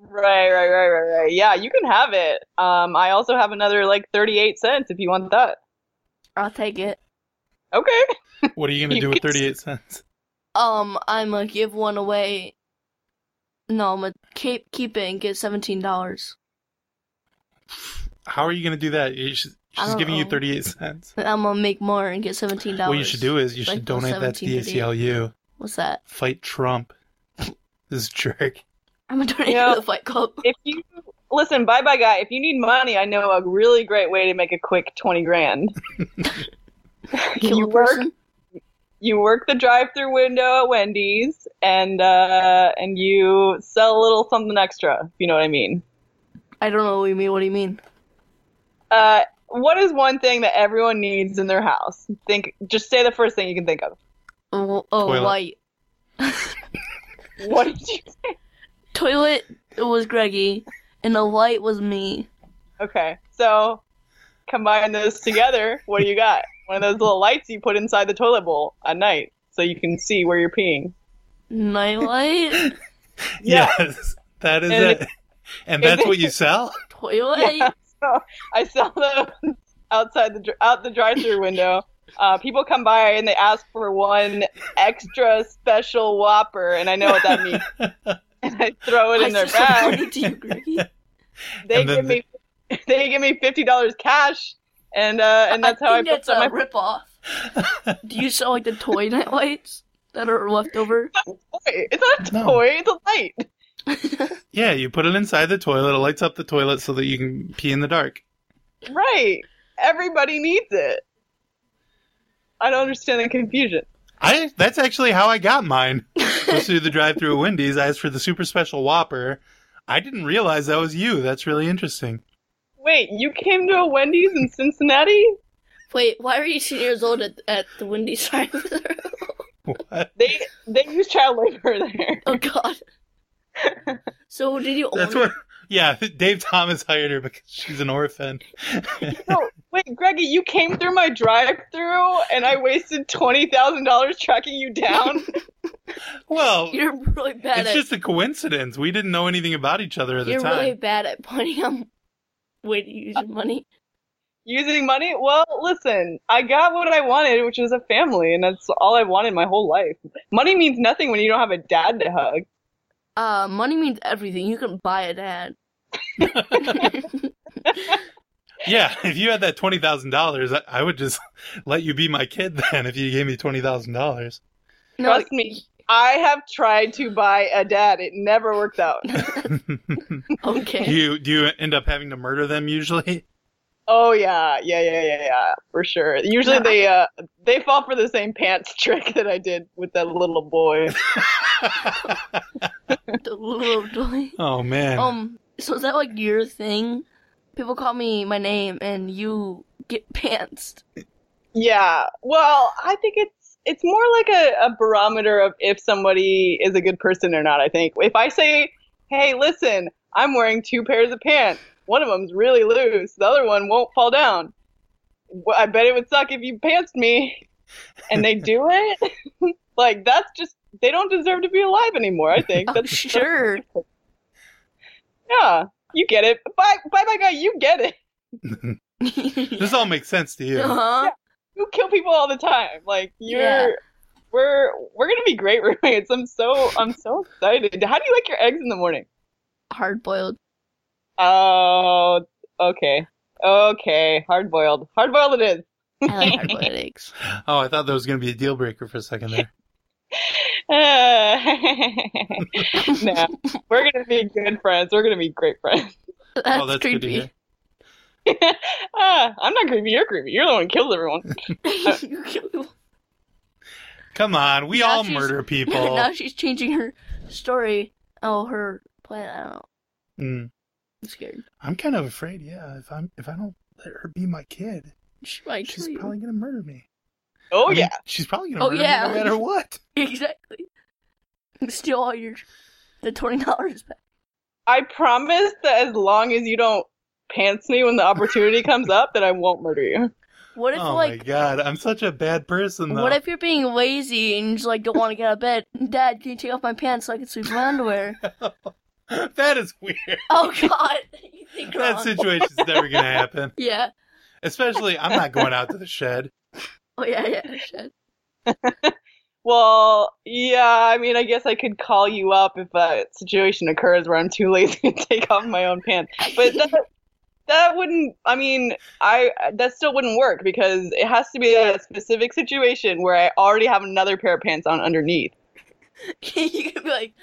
Speaker 3: Right, right, right, right, right. Yeah, you can have it. Um, I also have another like 38 cents if you want that.
Speaker 2: I'll take it.
Speaker 3: Okay.
Speaker 1: what are you gonna
Speaker 3: You
Speaker 1: do with
Speaker 3: can-
Speaker 1: thirty-eight cents?
Speaker 2: Um, I'm gonna give one away. No, I'm gonna keep keep it and get seventeen dollars.
Speaker 1: How are you gonna do that? You should-
Speaker 2: I
Speaker 1: she's
Speaker 2: don't
Speaker 1: giving you
Speaker 2: know.
Speaker 1: thirty-eight cents.
Speaker 2: I'm gonna make more and get seventeen dollars.
Speaker 1: What you should do is you
Speaker 2: Like
Speaker 1: should
Speaker 2: those
Speaker 1: donate that to the
Speaker 2: 17 to
Speaker 1: ACLU.
Speaker 2: What's that?
Speaker 1: Fight Trump. this jerk.
Speaker 2: I'm gonna donate
Speaker 3: Yeah.
Speaker 2: to the Fight Club.
Speaker 3: If you listen, bye bye guy, if you need money, I know a really great way to make a quick 20 grand.
Speaker 2: Kill
Speaker 3: you
Speaker 2: a
Speaker 3: work?
Speaker 2: person.
Speaker 3: You work the drive-through window at Wendy's and uh and you sell a little something extra, if you know what I mean.
Speaker 2: I don't know what you mean. What do you mean?
Speaker 3: Uh what is one thing that everyone needs in their house? Think just say the first thing you can think of.
Speaker 2: Oh, oh
Speaker 1: Toilet.
Speaker 2: white
Speaker 3: What did you
Speaker 2: toilet was Greggy, and the light was me.
Speaker 3: Okay, so combine those together. What do you got? One of those little lights you put inside the toilet bowl at night, so you can see where you're peeing.
Speaker 2: Nightlight,
Speaker 3: Yeah.
Speaker 1: Yes, that is
Speaker 3: And
Speaker 1: it.
Speaker 3: it-
Speaker 1: and
Speaker 3: and
Speaker 1: that's
Speaker 3: it-
Speaker 1: what you sell.
Speaker 2: toilet.
Speaker 3: Yeah, so I sell those outside the dr- out the drive-through window. Uh, people come by and they ask for one extra special Whopper, and I know what that means. and I throw it in
Speaker 2: I
Speaker 3: their bag.
Speaker 2: disappointed you, Greggy.
Speaker 3: They
Speaker 1: And then
Speaker 3: give me they give me fifty dollars cash, and uh, and that's how I
Speaker 2: think
Speaker 3: put
Speaker 2: that's
Speaker 3: on
Speaker 2: a
Speaker 3: my
Speaker 2: ripoff. Do you sell like the toy night lights that are left over?
Speaker 3: toy. It's not a
Speaker 1: No.
Speaker 3: toy; it's a light.
Speaker 1: Yeah, you put it inside the toilet. It lights up the toilet so that you can pee in the dark.
Speaker 3: Right. Everybody needs it. I don't understand the confusion.
Speaker 1: I that's actually how I got mine. was through the drive-through at Wendy's. I asked for the super special Whopper. I didn't realize that was you. That's really interesting.
Speaker 3: Wait, you came to a Wendy's in Cincinnati?
Speaker 2: Wait, why were you 18 years old at, at the windy side of the road?
Speaker 1: What?
Speaker 3: They they use child labor there.
Speaker 2: Oh god. so did you
Speaker 1: That's
Speaker 2: own
Speaker 1: what. Yeah, Dave Thomas hired her because she's an orphan.
Speaker 3: No, wait, Greggy, you came through my drive-through and I wasted twenty thousand dollars tracking you down.
Speaker 1: Well,
Speaker 2: You're really bad
Speaker 1: it's
Speaker 2: at
Speaker 1: just a coincidence. We didn't know anything about each other at the
Speaker 2: You're
Speaker 1: time.
Speaker 2: really bad at pointing out way to use your money.
Speaker 3: Using money? Well, listen, I got what I wanted, which was a family, and that's all I wanted my whole life. Money means nothing when you don't have a dad to hug.
Speaker 2: Uh money means everything. You can buy a dad.
Speaker 1: Yeah, if you had that twenty thousand dollars, I I would just let you be my kid then. If you gave me twenty thousand dollars,
Speaker 2: No,
Speaker 3: Trust me. I have tried to buy a dad. It never worked out.
Speaker 1: do
Speaker 2: okay.
Speaker 1: you do you end up having to murder them usually?
Speaker 3: Oh yeah, yeah, yeah, yeah, yeah, for sure. Usually
Speaker 2: No,
Speaker 3: they uh they fall for the same pants trick that I did with that little boy.
Speaker 2: The little toy.
Speaker 1: oh man,
Speaker 2: Um, so is that like your thing? People call me my name and you get pantsed.
Speaker 3: Yeah. Well, I think it's it's more like a, a barometer of if somebody is a good person or not, I think. If I say, "Hey, listen, I'm wearing two pairs of pants. One of them's really loose. The other one won't fall down." Well, I bet it would suck if you pantsed me. And they do it? like that's just they don't deserve to be alive anymore, I think.
Speaker 2: Oh,
Speaker 3: That's
Speaker 2: sure.
Speaker 3: Yeah, you get it. Bye, bye, bye, guy. You get it.
Speaker 2: Oh,
Speaker 1: this all makes sense to you. Oh,
Speaker 2: Uh-huh.
Speaker 3: You kill people all the time. Like you're,
Speaker 2: Yeah.
Speaker 3: we're we're gonna be great roommates. I'm so I'm so excited. How do you like your eggs in the morning?
Speaker 2: Hard boiled.
Speaker 3: Oh, okay, okay. Hard boiled, hard boiled it is.
Speaker 2: I like hard boiled eggs.
Speaker 1: Oh, I thought that was going to be a deal breaker for a second there.
Speaker 3: Uh, no, we're gonna be good friends. We're gonna be great friends.
Speaker 2: That's,
Speaker 1: oh, that's good to
Speaker 2: creepy.
Speaker 1: hear.
Speaker 3: Ah, I'm not creepy. You're creepy. You're the one who kills everyone.
Speaker 2: You kill-
Speaker 1: Come on, we
Speaker 2: Now
Speaker 1: all
Speaker 2: she's-
Speaker 1: murder people.
Speaker 2: now she's changing her story. Oh, her plan. I don't know.
Speaker 1: Mm.
Speaker 2: I'm scared.
Speaker 1: I'm kind of afraid. Yeah, if I'm if I don't let her be my kid,
Speaker 2: She might
Speaker 1: she's
Speaker 2: kill you.
Speaker 1: probably going to murder me.
Speaker 3: Oh
Speaker 1: I mean,
Speaker 3: yeah.
Speaker 1: she's probably going to
Speaker 2: Oh,
Speaker 1: murder
Speaker 2: yeah.
Speaker 1: me no matter what.
Speaker 2: Exactly. Steal all your the twenty dollars back.
Speaker 3: I promise that as long as you don't pants me when the opportunity comes up, that I won't murder you.
Speaker 2: What if
Speaker 1: Oh my
Speaker 2: like
Speaker 1: god, I'm such a bad person though.
Speaker 2: What if you're being lazy and you just like don't want to get out of bed? Dad, can you take off my pants so I can sleep in my underwear?
Speaker 1: that is weird.
Speaker 2: oh God, you think
Speaker 1: That
Speaker 2: wrong.
Speaker 1: situation's never going to happen.
Speaker 2: yeah.
Speaker 1: Especially, I'm not going out to the shed.
Speaker 2: Oh yeah, yeah. Shit.
Speaker 3: Well, yeah, I mean, I guess I could call you up if a situation occurs where I'm too lazy to take off my own pants. But that, that wouldn't, I mean, I that still wouldn't work because it has to be a specific situation where I already have another pair of pants on underneath.
Speaker 2: you could be like,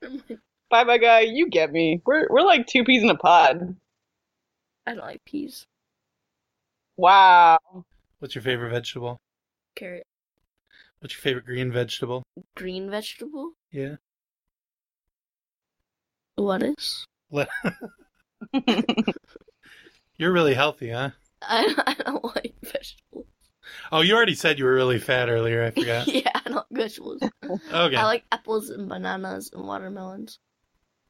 Speaker 3: Bye bye, guy. You get me. We're, we're like two peas in a pod.
Speaker 2: I don't like peas.
Speaker 3: Wow.
Speaker 1: What's your favorite vegetable?
Speaker 2: Carrot,
Speaker 1: What's your favorite green vegetable?
Speaker 2: green vegetable.
Speaker 1: Yeah.
Speaker 2: Lettuce.
Speaker 1: You're really healthy, huh?
Speaker 2: I I don't like vegetables.
Speaker 1: Oh, you already said you were really fat earlier. I
Speaker 2: Yeah,
Speaker 1: forgot.
Speaker 2: I don't like vegetables.
Speaker 1: Okay.
Speaker 2: I like apples and bananas and watermelons.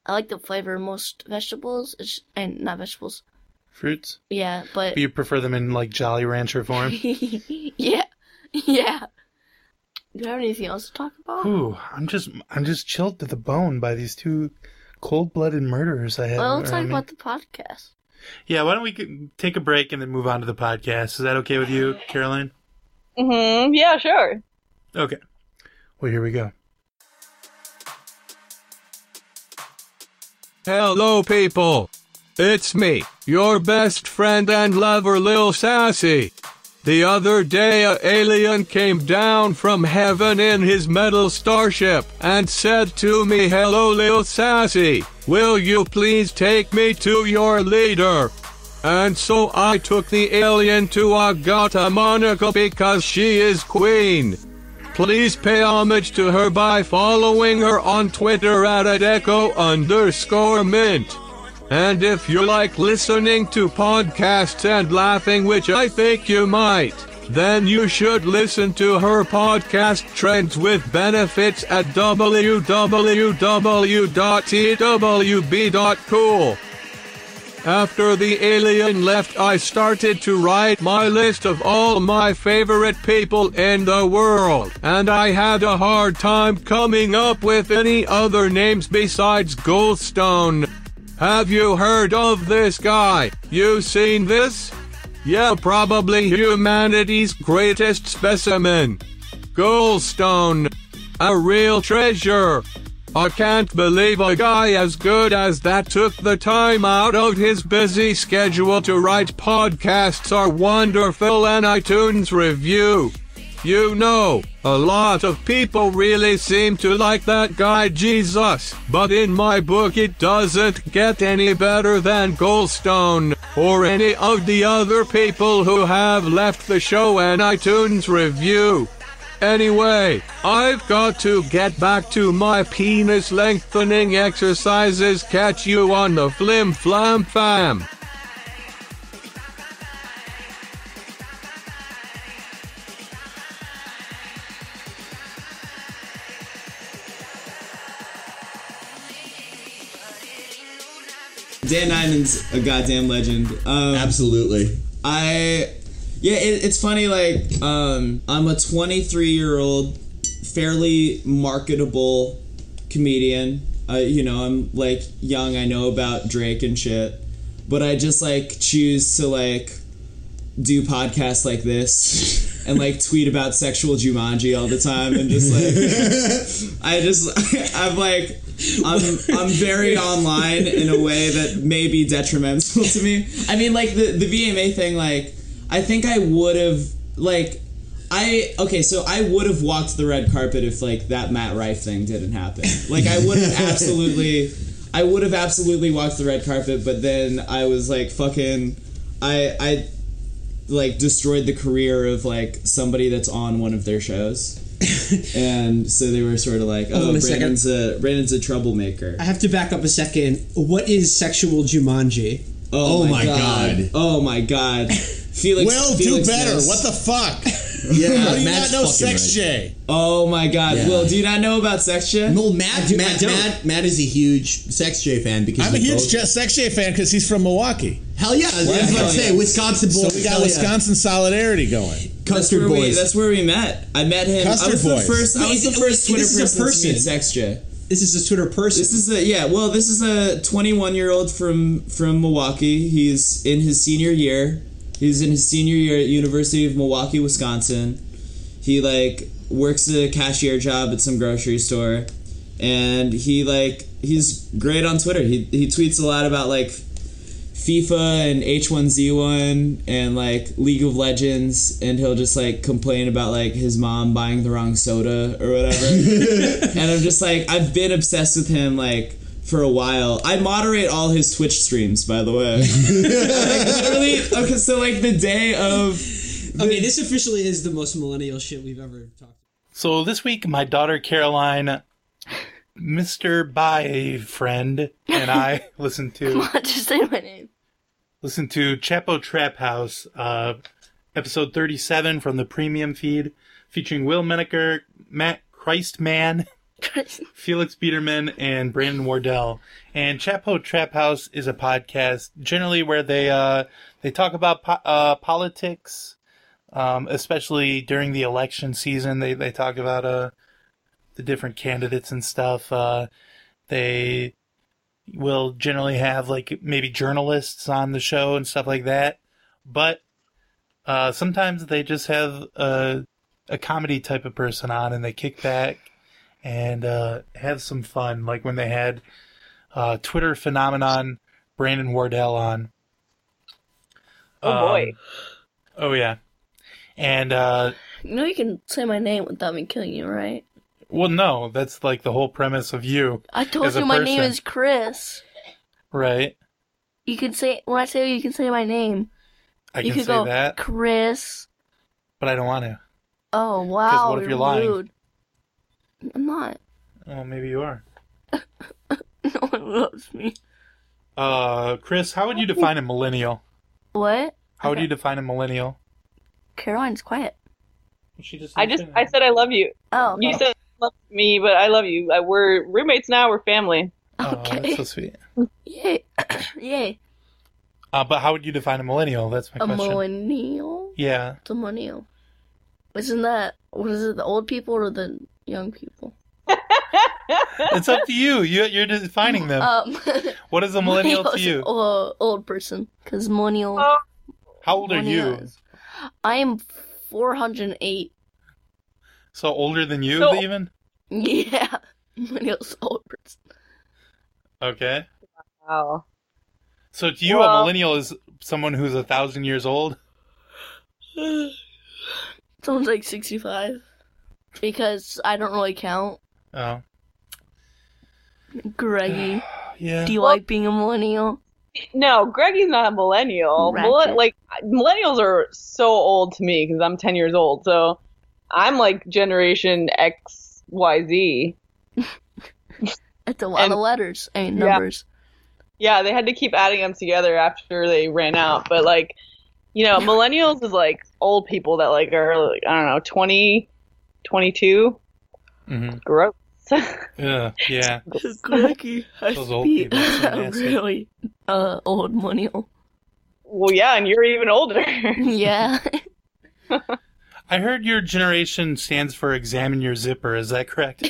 Speaker 2: I like the flavor of most vegetables, it's, and not vegetables.
Speaker 1: Fruits?
Speaker 2: Yeah, but
Speaker 1: Do you prefer them in like Jolly Rancher form?
Speaker 2: yeah, yeah. Do I have anything else to talk about?
Speaker 1: Ooh, I'm just I'm just chilled to the bone by these two cold-blooded murderers I had.
Speaker 2: well, let's talk
Speaker 1: around me.
Speaker 2: about the podcast.
Speaker 1: Yeah, why don't we g- take a break and then move on to the podcast? Is that okay with you, Caroline?
Speaker 3: hmm Yeah, sure.
Speaker 1: Okay. Well, here we go.
Speaker 4: Hello, people. It's me, your best friend and lover, Lil Sassy. The other day, a alien came down from heaven in his metal starship and said to me, Hello, Lil Sassy. Will you please take me to your leader? And so I took the alien to Agata Monica because she is queen. Please pay homage to her by following her on Twitter at, at echo underscore mint. And if you like listening to podcasts and laughing, which I think you might, then you should listen to her podcast Trends with Benefits at www.twb.cool. After the alien left, I started to write my list of all my favorite people in the world, and I had a hard time coming up with any other names besides Goldstone. Have you heard of this guy? You seen this? Yeah, probably humanity's greatest specimen. Goldstone. A real treasure. I can't believe a guy as good as that took the time out of his busy schedule to write podcasts are wonderful and iTunes review. You know, a lot of people really seem to like that guy Jesus, but in my book it doesn't get any better than Goldstone, or any of the other people who have left the show an iTunes review. Anyway, I've got to get back to my penis lengthening exercises. Catch you on the flim flam fam.
Speaker 5: Dan Nyman's a goddamn legend. Um,
Speaker 6: Absolutely.
Speaker 5: I, yeah, it, it's funny. Like, um, I'm a 23 year old, fairly marketable comedian. Uh, you know, I'm like young. I know about Drake and shit, but I just like choose to like do podcasts like this and like tweet about sexual Jumanji all the time and just like I just I'm like I'm I'm very online in a way that may be detrimental to me. I mean like the the VMA thing like I think I would have like I okay, so I would have walked the red carpet if like that Matt Rife thing didn't happen. Like I would have absolutely I would have absolutely walked the red carpet, but then I was like fucking I I like destroyed the career of like somebody that's on one of their shows. and so they were sort of like,
Speaker 6: on
Speaker 5: "Oh,
Speaker 6: a second.
Speaker 5: Brandon's a Brandon's a troublemaker."
Speaker 6: I have to back up a second. What is sexual Jumanji?
Speaker 5: Oh,
Speaker 6: Oh
Speaker 5: my
Speaker 6: my
Speaker 5: god.
Speaker 6: God.
Speaker 5: Oh my god. Felix.
Speaker 7: Well,
Speaker 5: Felix
Speaker 7: do better.
Speaker 5: knows.
Speaker 7: What the fuck?
Speaker 6: Yeah,
Speaker 7: How do you
Speaker 6: Matt's
Speaker 7: not know
Speaker 6: fucking
Speaker 7: Sex
Speaker 6: right.
Speaker 7: J?
Speaker 5: Oh my god.
Speaker 6: Yeah.
Speaker 5: Will, do you not know about sex shit?
Speaker 6: Well, Matt,
Speaker 5: do- I
Speaker 6: Matt,
Speaker 5: don't.
Speaker 6: Matt, Matt is a huge Sex J fan because
Speaker 7: I'm a
Speaker 6: we
Speaker 7: huge
Speaker 6: both-
Speaker 7: Je- Sex J fan because he's from Milwaukee.
Speaker 6: Hell yeah! I was about
Speaker 5: Hell
Speaker 6: to say
Speaker 5: yeah.
Speaker 6: Wisconsin boy.
Speaker 7: So we got
Speaker 6: hell yeah.
Speaker 7: Wisconsin solidarity going.
Speaker 5: That's
Speaker 6: Custard
Speaker 5: where we.
Speaker 6: boys.
Speaker 5: That's where we met. I met him. I
Speaker 7: Custard
Speaker 5: was
Speaker 7: Boys.
Speaker 5: the first. I
Speaker 6: Wait,
Speaker 5: was the
Speaker 6: is it-
Speaker 5: first
Speaker 6: wait,
Speaker 5: Twitter
Speaker 6: this is a
Speaker 5: person, to meet
Speaker 6: person.
Speaker 5: sex J.
Speaker 6: this is a Twitter person.
Speaker 5: This is a yeah. Well, this is a 21 year old from from Milwaukee. He's in his senior year. He's in his senior year at University of Milwaukee, Wisconsin. He like works a cashier job at some grocery store, and he like he's great on Twitter. He he tweets a lot about like FIFA and H1Z1 and like League of Legends, and he'll just like complain about like his mom buying the wrong soda or whatever. and I'm just like, I've been obsessed with him like for a while. I moderate all his Twitch streams, by the way. like, literally, okay, so like the day of.
Speaker 6: okay, this officially is the most millennial shit we've ever talked. about.
Speaker 1: So this week, my daughter Caroline, Mr. By friend, and I listened to
Speaker 2: Just say my name.
Speaker 1: listen to Chapo Trap House, uh, episode 37 from the premium feed, featuring Will Menaker, Matt Christman, Felix Biederman, and Brandon Wardell. And Chapo Trap House is a podcast generally where they uh, they talk about po- uh, politics, um, especially during the election season. They they talk about uh, the different candidates and stuff. Uh, they will generally have like maybe journalists on the show and stuff like that. But uh, sometimes they just have a, a comedy type of person on and they kick back and uh, have some fun. Like when they had uh, Twitter phenomenon Brandon Wardell on. Um,
Speaker 3: Oh, boy.
Speaker 1: Oh yeah. And uh,
Speaker 2: You know you can say my name without me killing you, right?
Speaker 1: well, no, that's like the whole premise of you,
Speaker 2: I told
Speaker 1: As a
Speaker 2: you my name
Speaker 1: person.
Speaker 2: is Chris.
Speaker 1: right?
Speaker 2: You can say when I say you can say my name.
Speaker 1: I
Speaker 2: you
Speaker 1: can
Speaker 2: could
Speaker 1: say
Speaker 2: go
Speaker 1: that,
Speaker 2: Chris.
Speaker 1: but I don't want to.
Speaker 2: Oh wow!
Speaker 1: what if you're lying?
Speaker 2: rude. I'm not.
Speaker 1: Well, maybe you are.
Speaker 2: No one loves me.
Speaker 1: Uh, Chris, how would you define a millennial?
Speaker 2: What?
Speaker 1: How would you define a millennial?
Speaker 2: Caroline's quiet.
Speaker 1: She just
Speaker 3: I just I said I love you.
Speaker 2: Oh,
Speaker 3: You said love me, but I love you. Uh, We're roommates now. We're family.
Speaker 1: Oh,
Speaker 2: okay.
Speaker 1: that's so sweet.
Speaker 2: Yay. Yay.
Speaker 1: Uh, but how would you define a millennial? That's my
Speaker 2: A
Speaker 1: question.
Speaker 2: millennial?
Speaker 1: yeah,
Speaker 2: It's a millennial. Isn't that, what is it, the old people or the young people?
Speaker 1: it's up to you. You you're defining them.
Speaker 2: Um,
Speaker 1: what is a millennial to you?
Speaker 2: Or old person. Because millennial.
Speaker 3: Oh.
Speaker 1: How old are you?
Speaker 2: millennials. I am 408.
Speaker 1: So older than you,
Speaker 3: So-
Speaker 1: even?
Speaker 2: Yeah. Millennial's old person.
Speaker 1: Okay.
Speaker 3: Wow.
Speaker 1: So to you, a
Speaker 3: Well-
Speaker 1: millennial is someone who's a thousand years old.
Speaker 2: Sounds like 65. Because I don't really count.
Speaker 1: Oh,
Speaker 2: Greggy.
Speaker 1: yeah.
Speaker 2: Do you
Speaker 3: Well-
Speaker 2: like being a millennial?
Speaker 3: No, Greggy's not a millennial.
Speaker 2: Ratchet.
Speaker 3: Millen- like millennials are so old to me because I'm ten years old. So I'm like Generation X Y Z.
Speaker 2: That's a lot
Speaker 3: And-
Speaker 2: of letters. I mean,
Speaker 3: Yeah.
Speaker 2: numbers.
Speaker 3: Yeah, they had to keep adding them together after they ran out. But like, you know, millennials is like old people that like are like, I don't know 20, 22.
Speaker 1: Mhm.
Speaker 3: Gross.
Speaker 1: Ugh, yeah.
Speaker 2: Greggy has
Speaker 1: Those old
Speaker 2: be
Speaker 1: people are so
Speaker 2: a
Speaker 1: nasty.
Speaker 2: really uh, old millennial.
Speaker 3: Well, yeah, and you're even older.
Speaker 2: Yeah.
Speaker 1: I heard your generation stands for examine your zipper. Is that correct?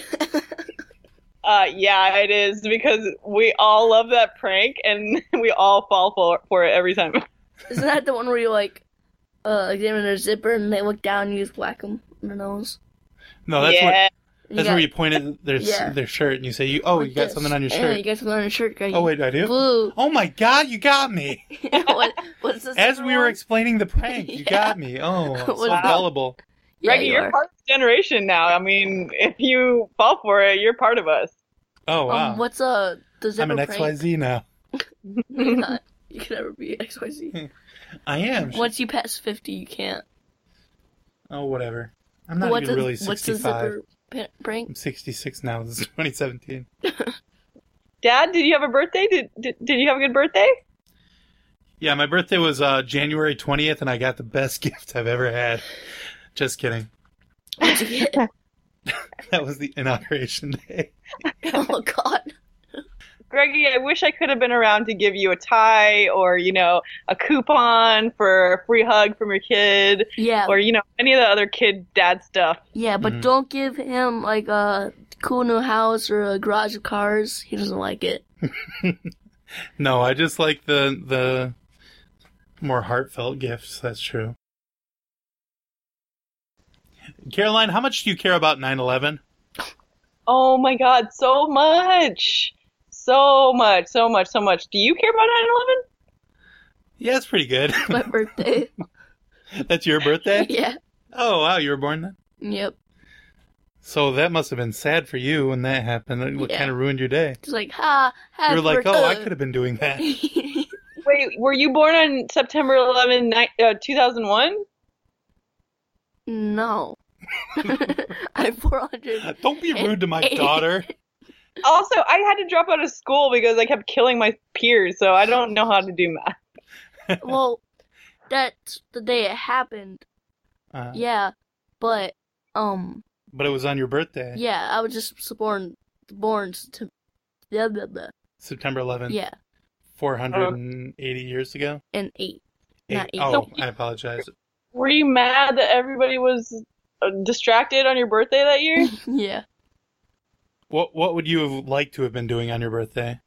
Speaker 3: Uh, yeah, it is because we all love that prank and we all fall for, for it every time.
Speaker 1: Oh,
Speaker 2: Isn't that the one where you like uh, examine their zipper and they look down and you just whack them in the nose?
Speaker 1: No, that's what.
Speaker 3: yeah,
Speaker 2: You
Speaker 1: That's
Speaker 2: got-
Speaker 1: where you point at their s
Speaker 2: Yeah.
Speaker 1: their shirt and you say, "You oh,
Speaker 2: like
Speaker 1: you got
Speaker 2: this.
Speaker 1: something on your
Speaker 2: Yeah, you
Speaker 1: shirt."
Speaker 2: got something on your shirt, Greggy.
Speaker 1: Oh wait, I do.
Speaker 2: Blue.
Speaker 1: Oh my god, you got me!
Speaker 2: what, what's this?
Speaker 1: As
Speaker 2: other
Speaker 1: we were
Speaker 2: one?
Speaker 1: explaining the prank, you
Speaker 2: Yeah.
Speaker 1: got me. Oh, I'm so
Speaker 2: What about-
Speaker 1: gullible.
Speaker 2: Yeah,
Speaker 3: Reggie,
Speaker 2: you
Speaker 3: you're
Speaker 2: are.
Speaker 3: part of the generation now. I mean, if you fall for it, you're part of us.
Speaker 1: Oh wow,
Speaker 2: Um, what's uh the zipper
Speaker 1: I'm an
Speaker 2: prank?
Speaker 1: XYZ now.
Speaker 2: No, you're not. You can never be XYZ.
Speaker 1: I am.
Speaker 2: Once you pass fifty, you can't.
Speaker 1: Oh whatever. I'm not
Speaker 2: what's
Speaker 1: even
Speaker 2: a-
Speaker 1: really
Speaker 2: what's the
Speaker 1: 65.
Speaker 2: zipper pa- prank?
Speaker 1: I'm 66 now. This is 2017.
Speaker 3: Dad, did you have a birthday? Did did, did you have a good birthday?
Speaker 1: Yeah, my birthday was uh, January 20th, and I got the best gift I've ever had. Just kidding.
Speaker 2: What'd you get?
Speaker 1: That was the inauguration day.
Speaker 2: oh God.
Speaker 3: Greggy, I wish I could have been around to give you a tie or, you know, a coupon for a free hug from your kid
Speaker 2: Yeah,
Speaker 3: or, you know, any of the other kid dad stuff.
Speaker 2: yeah, but
Speaker 1: Mhm.
Speaker 2: don't give him like a cool new house or a garage of cars. He doesn't like it.
Speaker 1: No, I just like the the more heartfelt gifts. That's true. Caroline, how much do you care about 9/11?
Speaker 3: Oh my God, so much. So much, so much, so much. Do you care about 9 11?
Speaker 1: Yeah, it's pretty good.
Speaker 2: My birthday.
Speaker 1: That's your birthday?
Speaker 2: yeah.
Speaker 1: Oh, wow, you were born then?
Speaker 2: Yep.
Speaker 1: So that must have been sad for you when that happened. It
Speaker 2: Yeah.
Speaker 1: kind of ruined your day.
Speaker 2: He's like, ha. Happy
Speaker 1: you were like,
Speaker 2: birthday.
Speaker 1: "Oh, I could have been doing that."
Speaker 3: Wait, were you born on September 11, ni- uh, 2001?
Speaker 2: no. I'm 400.
Speaker 1: Don't be rude to my daughter.
Speaker 3: Also, I had to drop out of school because I kept killing my peers, so I don't know how to do math.
Speaker 2: Well, that's the day it happened.
Speaker 1: Uh,
Speaker 2: Yeah, but um,
Speaker 1: But it was on your birthday,
Speaker 2: yeah, I was just born, born to, blah, blah, blah.
Speaker 1: September 11th,
Speaker 2: yeah,
Speaker 1: 480 years ago.
Speaker 2: and eight, not
Speaker 1: Eight-
Speaker 2: eight.
Speaker 1: Oh, I apologize.
Speaker 3: Were you mad that everybody was uh, distracted on your birthday that year?
Speaker 2: yeah.
Speaker 1: What what would you have liked to have been doing on your birthday?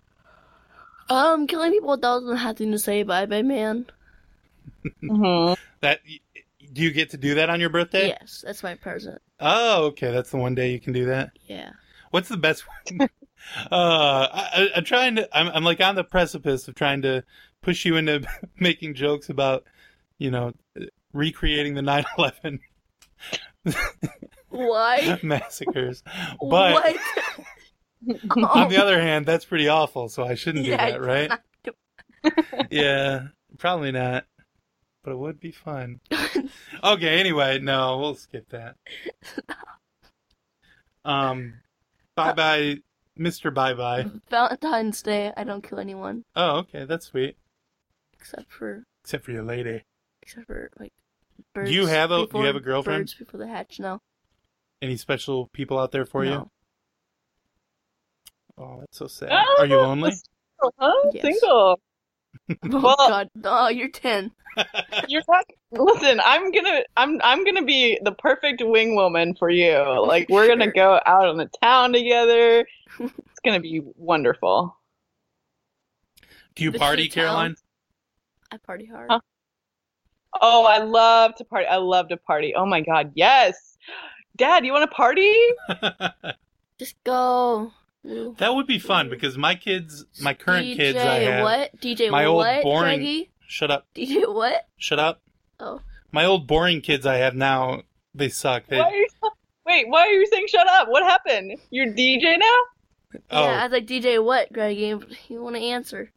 Speaker 2: Um, killing people doesn't have to say bye bye, man.
Speaker 3: hmm
Speaker 1: That do you get to do that on your birthday?
Speaker 2: Yes, that's my present.
Speaker 1: Oh, okay. That's the one day you can do that.
Speaker 2: Yeah.
Speaker 1: What's the best one? uh, I, I- I'm trying to. I'm, I'm like on the precipice of trying to push you into making jokes about, you know, recreating the 9/11
Speaker 2: Why?
Speaker 1: massacres. But
Speaker 2: what?
Speaker 1: on the other hand, that's pretty awful. So I shouldn't
Speaker 2: Oh.
Speaker 1: do
Speaker 2: Yeah,
Speaker 1: that, right? yeah, probably not. But it would be fun. okay, anyway, no, we'll skip that. Um, bye bye Mr. Bye Bye.
Speaker 2: Mm-hmm. Valentine's Day, I don't kill anyone
Speaker 1: Oh, okay, that's sweet.
Speaker 2: except for
Speaker 1: Except for your lady.
Speaker 2: except for like birds.
Speaker 1: Do you have a- you
Speaker 2: before-
Speaker 1: have a girlfriend?
Speaker 2: Birds before the hatch. No.
Speaker 1: Any special people out there for you?
Speaker 2: no.
Speaker 1: Oh, that's so sad. Are
Speaker 2: Oh,
Speaker 1: you lonely?
Speaker 3: Huh?
Speaker 2: Yes.
Speaker 3: Single.
Speaker 2: Oh
Speaker 3: Well-
Speaker 2: God. Oh, you're ten.
Speaker 3: You're not. Listen, I'm gonna, I'm, I'm gonna be the perfect wing woman for you. Like we're gonna
Speaker 2: Sure.
Speaker 3: go out on the town together. It's gonna be wonderful.
Speaker 1: Do you
Speaker 2: This is
Speaker 1: party,
Speaker 2: a town.
Speaker 1: Caroline?
Speaker 2: I party hard.
Speaker 3: Huh? Oh, I love to party. I love to party. Oh my God, yes. Dad, you want to party?
Speaker 2: Just go. Lou.
Speaker 1: That would be fun because my kids, my current
Speaker 2: DJ
Speaker 1: kids, I have.
Speaker 2: what? DJ
Speaker 1: my old
Speaker 2: what?
Speaker 1: boring-
Speaker 2: Craigie?
Speaker 1: Shut up!
Speaker 2: DJ what?
Speaker 1: Shut up!
Speaker 2: Oh.
Speaker 1: My old boring kids I have now, they suck. They,
Speaker 3: Why are you, wait, why are you saying shut up? What happened? You're DJ now?
Speaker 1: oh,
Speaker 2: Yeah, I was like DJ what, Greggy? You want to answer?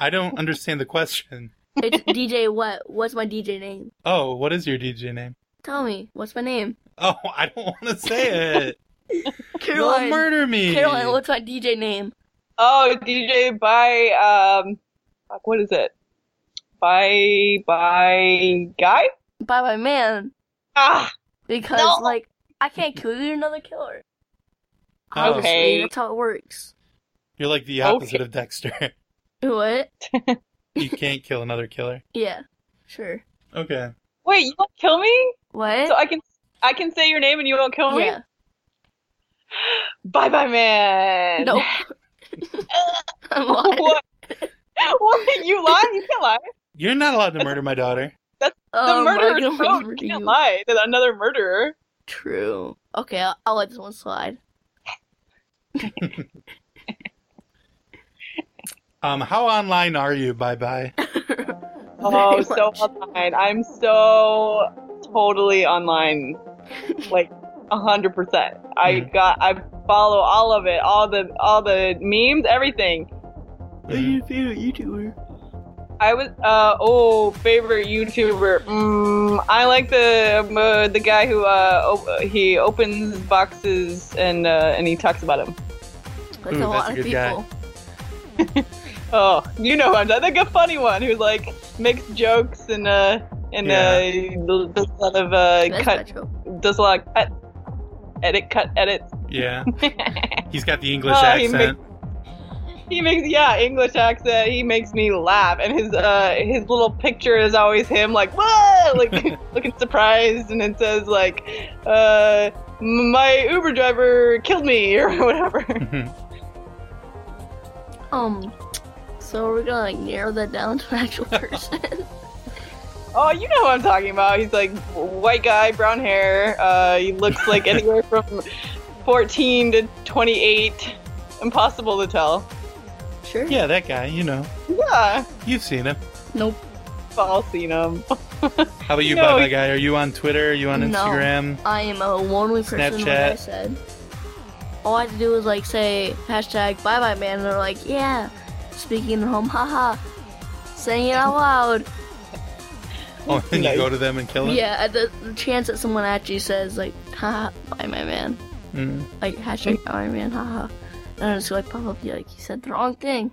Speaker 1: I don't understand the question.
Speaker 2: It's DJ what? What's my DJ name?
Speaker 1: Oh, what is your DJ name?
Speaker 2: Tell me. What's my name?
Speaker 1: Oh, I don't want to say it. You'll
Speaker 2: Caroline.
Speaker 1: murder me.
Speaker 2: Caroline, what's my DJ name?
Speaker 3: Oh, DJ by um, fuck, what is it? By by guy?
Speaker 2: Bye bye man.
Speaker 3: Ah,
Speaker 2: Because
Speaker 3: No.
Speaker 2: like I can't kill you, you're another killer.
Speaker 1: Oh.
Speaker 2: Obviously,
Speaker 3: Okay.
Speaker 2: that's how it works.
Speaker 1: You're like the opposite of Dexter.
Speaker 2: What?
Speaker 1: you can't kill another killer.
Speaker 2: Yeah. Sure.
Speaker 1: Okay.
Speaker 3: wait, you won't kill me?
Speaker 2: What?
Speaker 3: So I can I can say your name and you won't kill me?
Speaker 2: yeah.
Speaker 3: Bye bye man.
Speaker 2: Nope. I'm lying.
Speaker 3: What? what? You lie? You can't lie.
Speaker 1: You're not allowed to murder my daughter.
Speaker 3: The
Speaker 2: Um, I'm
Speaker 3: murderer's
Speaker 2: gonna
Speaker 3: wrote,
Speaker 2: murder
Speaker 3: you can't
Speaker 2: you.
Speaker 3: lie to another murderer.
Speaker 2: True. Okay, I'll, I'll let this one slide.
Speaker 1: Um, how online are you? Bye bye.
Speaker 3: Oh,
Speaker 2: Very
Speaker 3: so
Speaker 2: much.
Speaker 3: online. I'm so totally online. Like a hundred percent. I
Speaker 1: Mhm.
Speaker 3: got I follow all of it, all the all the memes, everything.
Speaker 1: Mhm.
Speaker 2: favorite YouTuber?
Speaker 3: I was uh oh favorite YouTuber. Mm, I like the um, uh, the guy who uh op- he opens boxes and uh, and he talks about them.
Speaker 2: Like
Speaker 1: Ooh,
Speaker 2: a
Speaker 1: that's
Speaker 2: lot
Speaker 1: a
Speaker 2: of
Speaker 1: good
Speaker 2: people.
Speaker 1: guy.
Speaker 3: Oh, you know him. That's like a funny one who like makes jokes and uh and uh does a lot of uh
Speaker 2: That's
Speaker 3: cut
Speaker 2: not true.
Speaker 3: does a lot of cut, edit, cut, edit.
Speaker 1: Yeah. He's got the English
Speaker 3: Oh, he
Speaker 1: accent.
Speaker 3: He makes yeah English accent. He makes me laugh, and his uh his little picture is always him like whoa like looking surprised, and it says like uh my Uber driver killed me or whatever.
Speaker 2: Um, so we're gonna like narrow that down to an actual person.
Speaker 3: Oh, you know what I'm talking about. He's like white guy, brown hair. Uh, he looks like anywhere from 14 to 28. Impossible to tell.
Speaker 2: sure.
Speaker 1: yeah, that guy. You know,
Speaker 3: Yeah,
Speaker 1: you've seen him.
Speaker 2: Nope.
Speaker 3: we've all seen him.
Speaker 1: How about you,
Speaker 3: No,
Speaker 1: bye bye
Speaker 3: he-
Speaker 1: guy? Are you on Twitter? Are you on
Speaker 2: No.
Speaker 1: Instagram?
Speaker 2: I am a lonely person. Like I
Speaker 1: Snapchat.
Speaker 2: said. All I had to do was like say hashtag bye bye man, and they're like yeah, speaking at home, haha, saying it out loud.
Speaker 1: Oh, and you
Speaker 3: Nice.
Speaker 1: go to them and kill them.
Speaker 2: yeah, at the, the chance that someone actually says like haha bye my man,
Speaker 1: Mhm.
Speaker 2: like hashtag bye my man, haha, and I just like pop up yeah, like you said the wrong thing.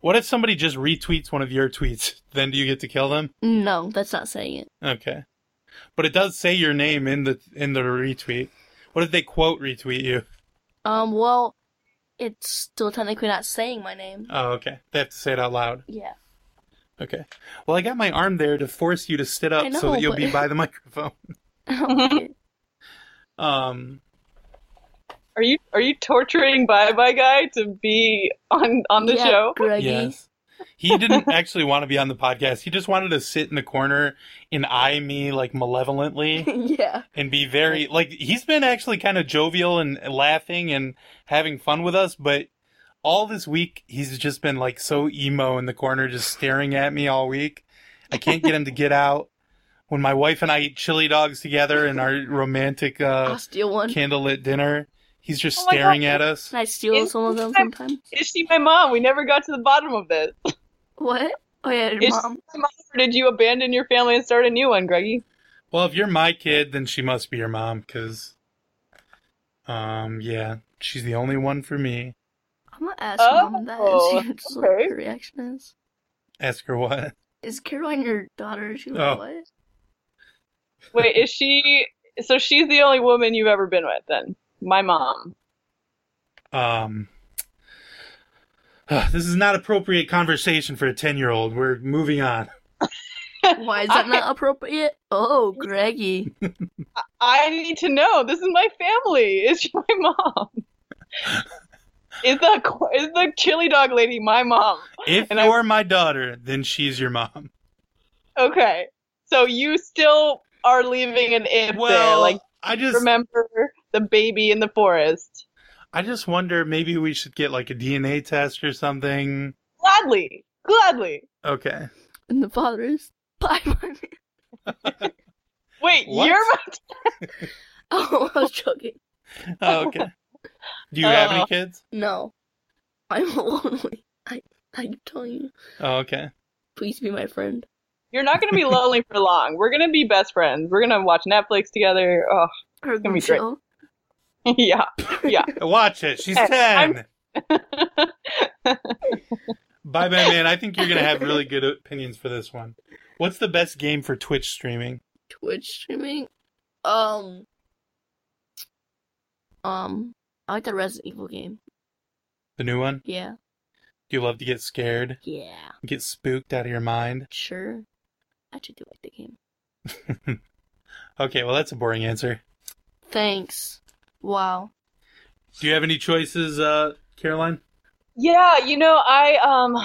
Speaker 1: What if somebody just retweets one of your tweets? Then do you get to kill them?
Speaker 2: No, that's not saying it.
Speaker 1: Okay. But it does say your name in the in the retweet. What if they quote retweet you?
Speaker 2: Um, well, it's still technically not saying my name.
Speaker 1: Oh, okay. They have to say it out loud.
Speaker 2: Yeah.
Speaker 1: Okay. Well, I got my arm there to force you to sit up
Speaker 2: I
Speaker 1: so
Speaker 2: know,
Speaker 1: that you'll
Speaker 2: but-
Speaker 1: be by the microphone.
Speaker 2: Okay.
Speaker 1: Um,
Speaker 3: Are you are you torturing Bye Bye Guy to be on on the
Speaker 2: yeah,
Speaker 3: show?
Speaker 2: Greggy.
Speaker 1: Yes. he didn't actually want to be on the podcast. He just wanted to sit in the corner and eye me like malevolently
Speaker 2: yeah.
Speaker 1: and be very like he's been actually kind of jovial and laughing and having fun with us, but all this week he's just been like so emo in the corner just staring at me all week. I can't get him to get out. When my wife and I eat chili dogs together in our romantic uh
Speaker 2: I'll steal one. Can
Speaker 1: candlelit dinner. He's just
Speaker 3: Oh my
Speaker 1: staring
Speaker 3: God.
Speaker 1: at us.
Speaker 2: I steal
Speaker 3: Is-
Speaker 2: some of them
Speaker 3: I'm-
Speaker 2: sometime?
Speaker 3: Is she my mom? We never got to the bottom of this.
Speaker 2: What? Oh yeah, your
Speaker 3: Is
Speaker 2: mom.
Speaker 3: she my mom, or did you abandon your family and start a new one, Greggy?
Speaker 1: Well, if you're my kid, then she must be your mom, because, um, yeah, she's the only one for me.
Speaker 2: I'm gonna ask
Speaker 3: Oh,
Speaker 2: mom that and see what it's, like,
Speaker 3: okay.
Speaker 2: her reaction is.
Speaker 1: Ask her what.
Speaker 2: Is Caroline your daughter? She was
Speaker 1: Oh.
Speaker 2: like, what?
Speaker 3: Wait, is she? So she's the only woman you've ever been with, then? My mom.
Speaker 1: Um, this is not appropriate conversation for a ten-year-old. We're moving on.
Speaker 2: Why is that not appropriate? Oh, Greggy.
Speaker 3: I need to know. This is my family. Is she my mom? is the is the chili dog lady my mom?
Speaker 1: If
Speaker 3: And I-
Speaker 1: you're my daughter, then she's your mom.
Speaker 3: Okay, so you still are leaving an if there,
Speaker 1: Well,
Speaker 3: like
Speaker 1: I just
Speaker 3: remember the baby in the forest.
Speaker 1: I just wonder maybe we should get like a DNA test or something.
Speaker 3: Gladly, gladly.
Speaker 1: Okay.
Speaker 2: And the father is, bye, mommy.
Speaker 3: Wait,
Speaker 1: What?
Speaker 3: you're my
Speaker 2: Oh, I was joking.
Speaker 1: Oh, okay. Do you have any
Speaker 3: Oh.
Speaker 1: kids?
Speaker 2: No. I'm lonely. I, I'm telling you.
Speaker 1: Oh, okay.
Speaker 2: Please be my friend.
Speaker 3: You're not gonna be lonely for long. We're gonna be best friends. We're gonna watch Netflix together. Oh,
Speaker 2: Her
Speaker 3: gonna be great.
Speaker 2: chill.
Speaker 3: yeah.
Speaker 1: Watch it. She's
Speaker 3: Hey,
Speaker 1: 10.
Speaker 3: I'm-
Speaker 1: Bye bye, man. I think you're going to have really good opinions for this one. What's the best game for Twitch streaming?
Speaker 2: Twitch streaming. Um. Um. I like the Resident Evil game.
Speaker 1: The new one?
Speaker 2: Yeah.
Speaker 1: Do you love to get scared?
Speaker 2: Yeah.
Speaker 1: Get spooked out of your mind?
Speaker 2: Sure. I actually do like the game.
Speaker 1: Okay, well, that's a boring answer.
Speaker 2: Thanks. Wow.
Speaker 1: Do you have any choices, uh, Caroline?
Speaker 3: Yeah, you know, I um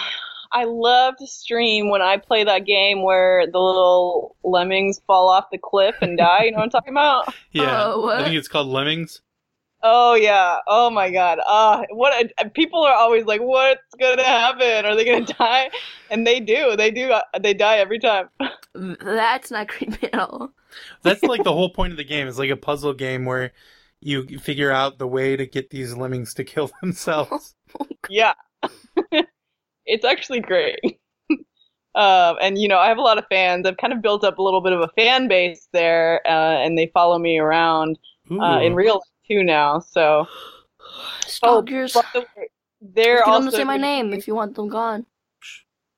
Speaker 3: I love to stream when I play that game where the little lemmings fall off the cliff and die. You know what I'm talking about?
Speaker 1: Yeah.
Speaker 2: Uh, what?
Speaker 1: I think it's called Lemmings.
Speaker 3: Oh yeah. Oh my God. Ah, what a, people are always like, what's gonna happen? Are they gonna die? And they do. They do. uh, They die every time.
Speaker 2: Th- That's not creepy at all.
Speaker 1: That's like the whole point of the game. It's like a puzzle game where you figure out the way to get these lemmings to kill themselves.
Speaker 3: Yeah. It's actually great. Um, and you know, I have a lot of fans. I've kind of built up a little bit of a fan base there, uh, and they follow me around uh, in
Speaker 1: Ooh.
Speaker 3: real life too now. So
Speaker 2: Stalkers.
Speaker 3: by the way, Oh, they're
Speaker 2: Get
Speaker 3: also
Speaker 2: them to say my name if you want them gone.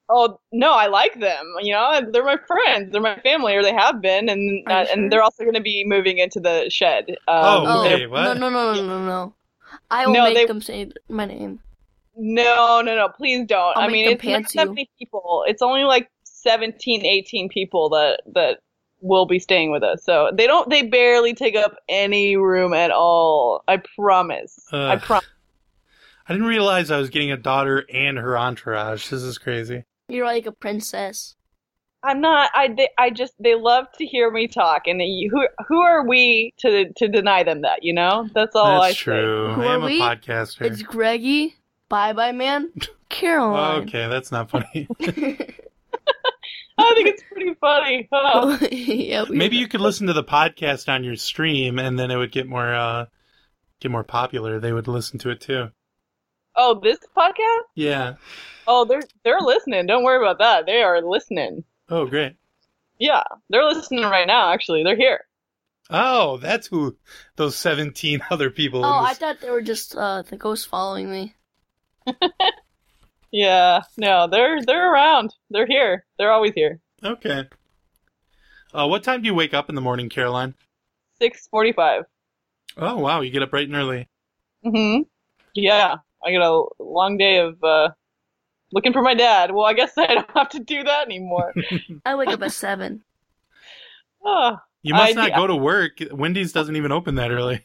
Speaker 3: Oh no, I like them. You know, they're my friends. They're my family, or they have been, and
Speaker 2: Are
Speaker 3: uh,
Speaker 2: you sure?
Speaker 3: and they're also going to be moving into the shed. Um,
Speaker 1: Oh,
Speaker 2: Oh,
Speaker 1: okay.
Speaker 3: they're-
Speaker 1: what?
Speaker 2: No, no, no, no, no, no. I will
Speaker 3: No,
Speaker 2: make
Speaker 3: they-
Speaker 2: them say my name.
Speaker 3: No, no, no. Please don't.
Speaker 2: I'll
Speaker 3: I
Speaker 2: make
Speaker 3: mean,
Speaker 2: them
Speaker 3: it's not
Speaker 2: pants
Speaker 3: that
Speaker 2: you.
Speaker 3: many people. It's only like 17, 18 people that that will be staying with us. So they don't. They barely take up any room at all. I promise. I
Speaker 1: Ugh.
Speaker 3: promise.
Speaker 1: I didn't realize I was getting a daughter and her entourage. This is crazy.
Speaker 2: You're like a princess.
Speaker 3: I'm not. I. They, I just. They love to hear me talk, and they, who who are we to to deny them that? You know. That's all
Speaker 1: That's
Speaker 3: I say.
Speaker 1: true.
Speaker 2: Oh, Who
Speaker 1: I am
Speaker 2: are
Speaker 1: a
Speaker 2: we?
Speaker 1: podcaster.
Speaker 2: It's Greggy. Bye bye, man. Caroline.
Speaker 1: okay, that's not funny.
Speaker 3: I think it's pretty funny. Oh, huh?
Speaker 2: Oh, yeah, we
Speaker 1: Maybe you could listen to the podcast on your stream, and then it would get more uh, get more popular. They would listen to it too.
Speaker 3: Oh, this podcast?
Speaker 1: Yeah.
Speaker 3: Oh, they're they're listening. Don't worry about that. They are listening.
Speaker 1: Oh, great.
Speaker 3: Yeah, they're listening right now. Actually, they're here.
Speaker 1: Oh, that's who those seventeen other people.
Speaker 2: Oh,
Speaker 1: in
Speaker 2: I
Speaker 1: this...
Speaker 2: thought they were just uh, the ghosts following me.
Speaker 3: Yeah, no, they're they're around. They're here. They're always here.
Speaker 1: okay. Uh, what time do you wake up in the morning, Caroline?
Speaker 3: Six forty-five.
Speaker 1: Oh, wow, you get up bright and early.
Speaker 3: Mm-hmm. Yeah, I got a long day of uh, looking for my dad. Well, I guess I don't have to do that anymore.
Speaker 2: I wake up at seven.
Speaker 3: oh,
Speaker 1: You must
Speaker 3: I-
Speaker 1: not go to work. Wendy's doesn't even open that early.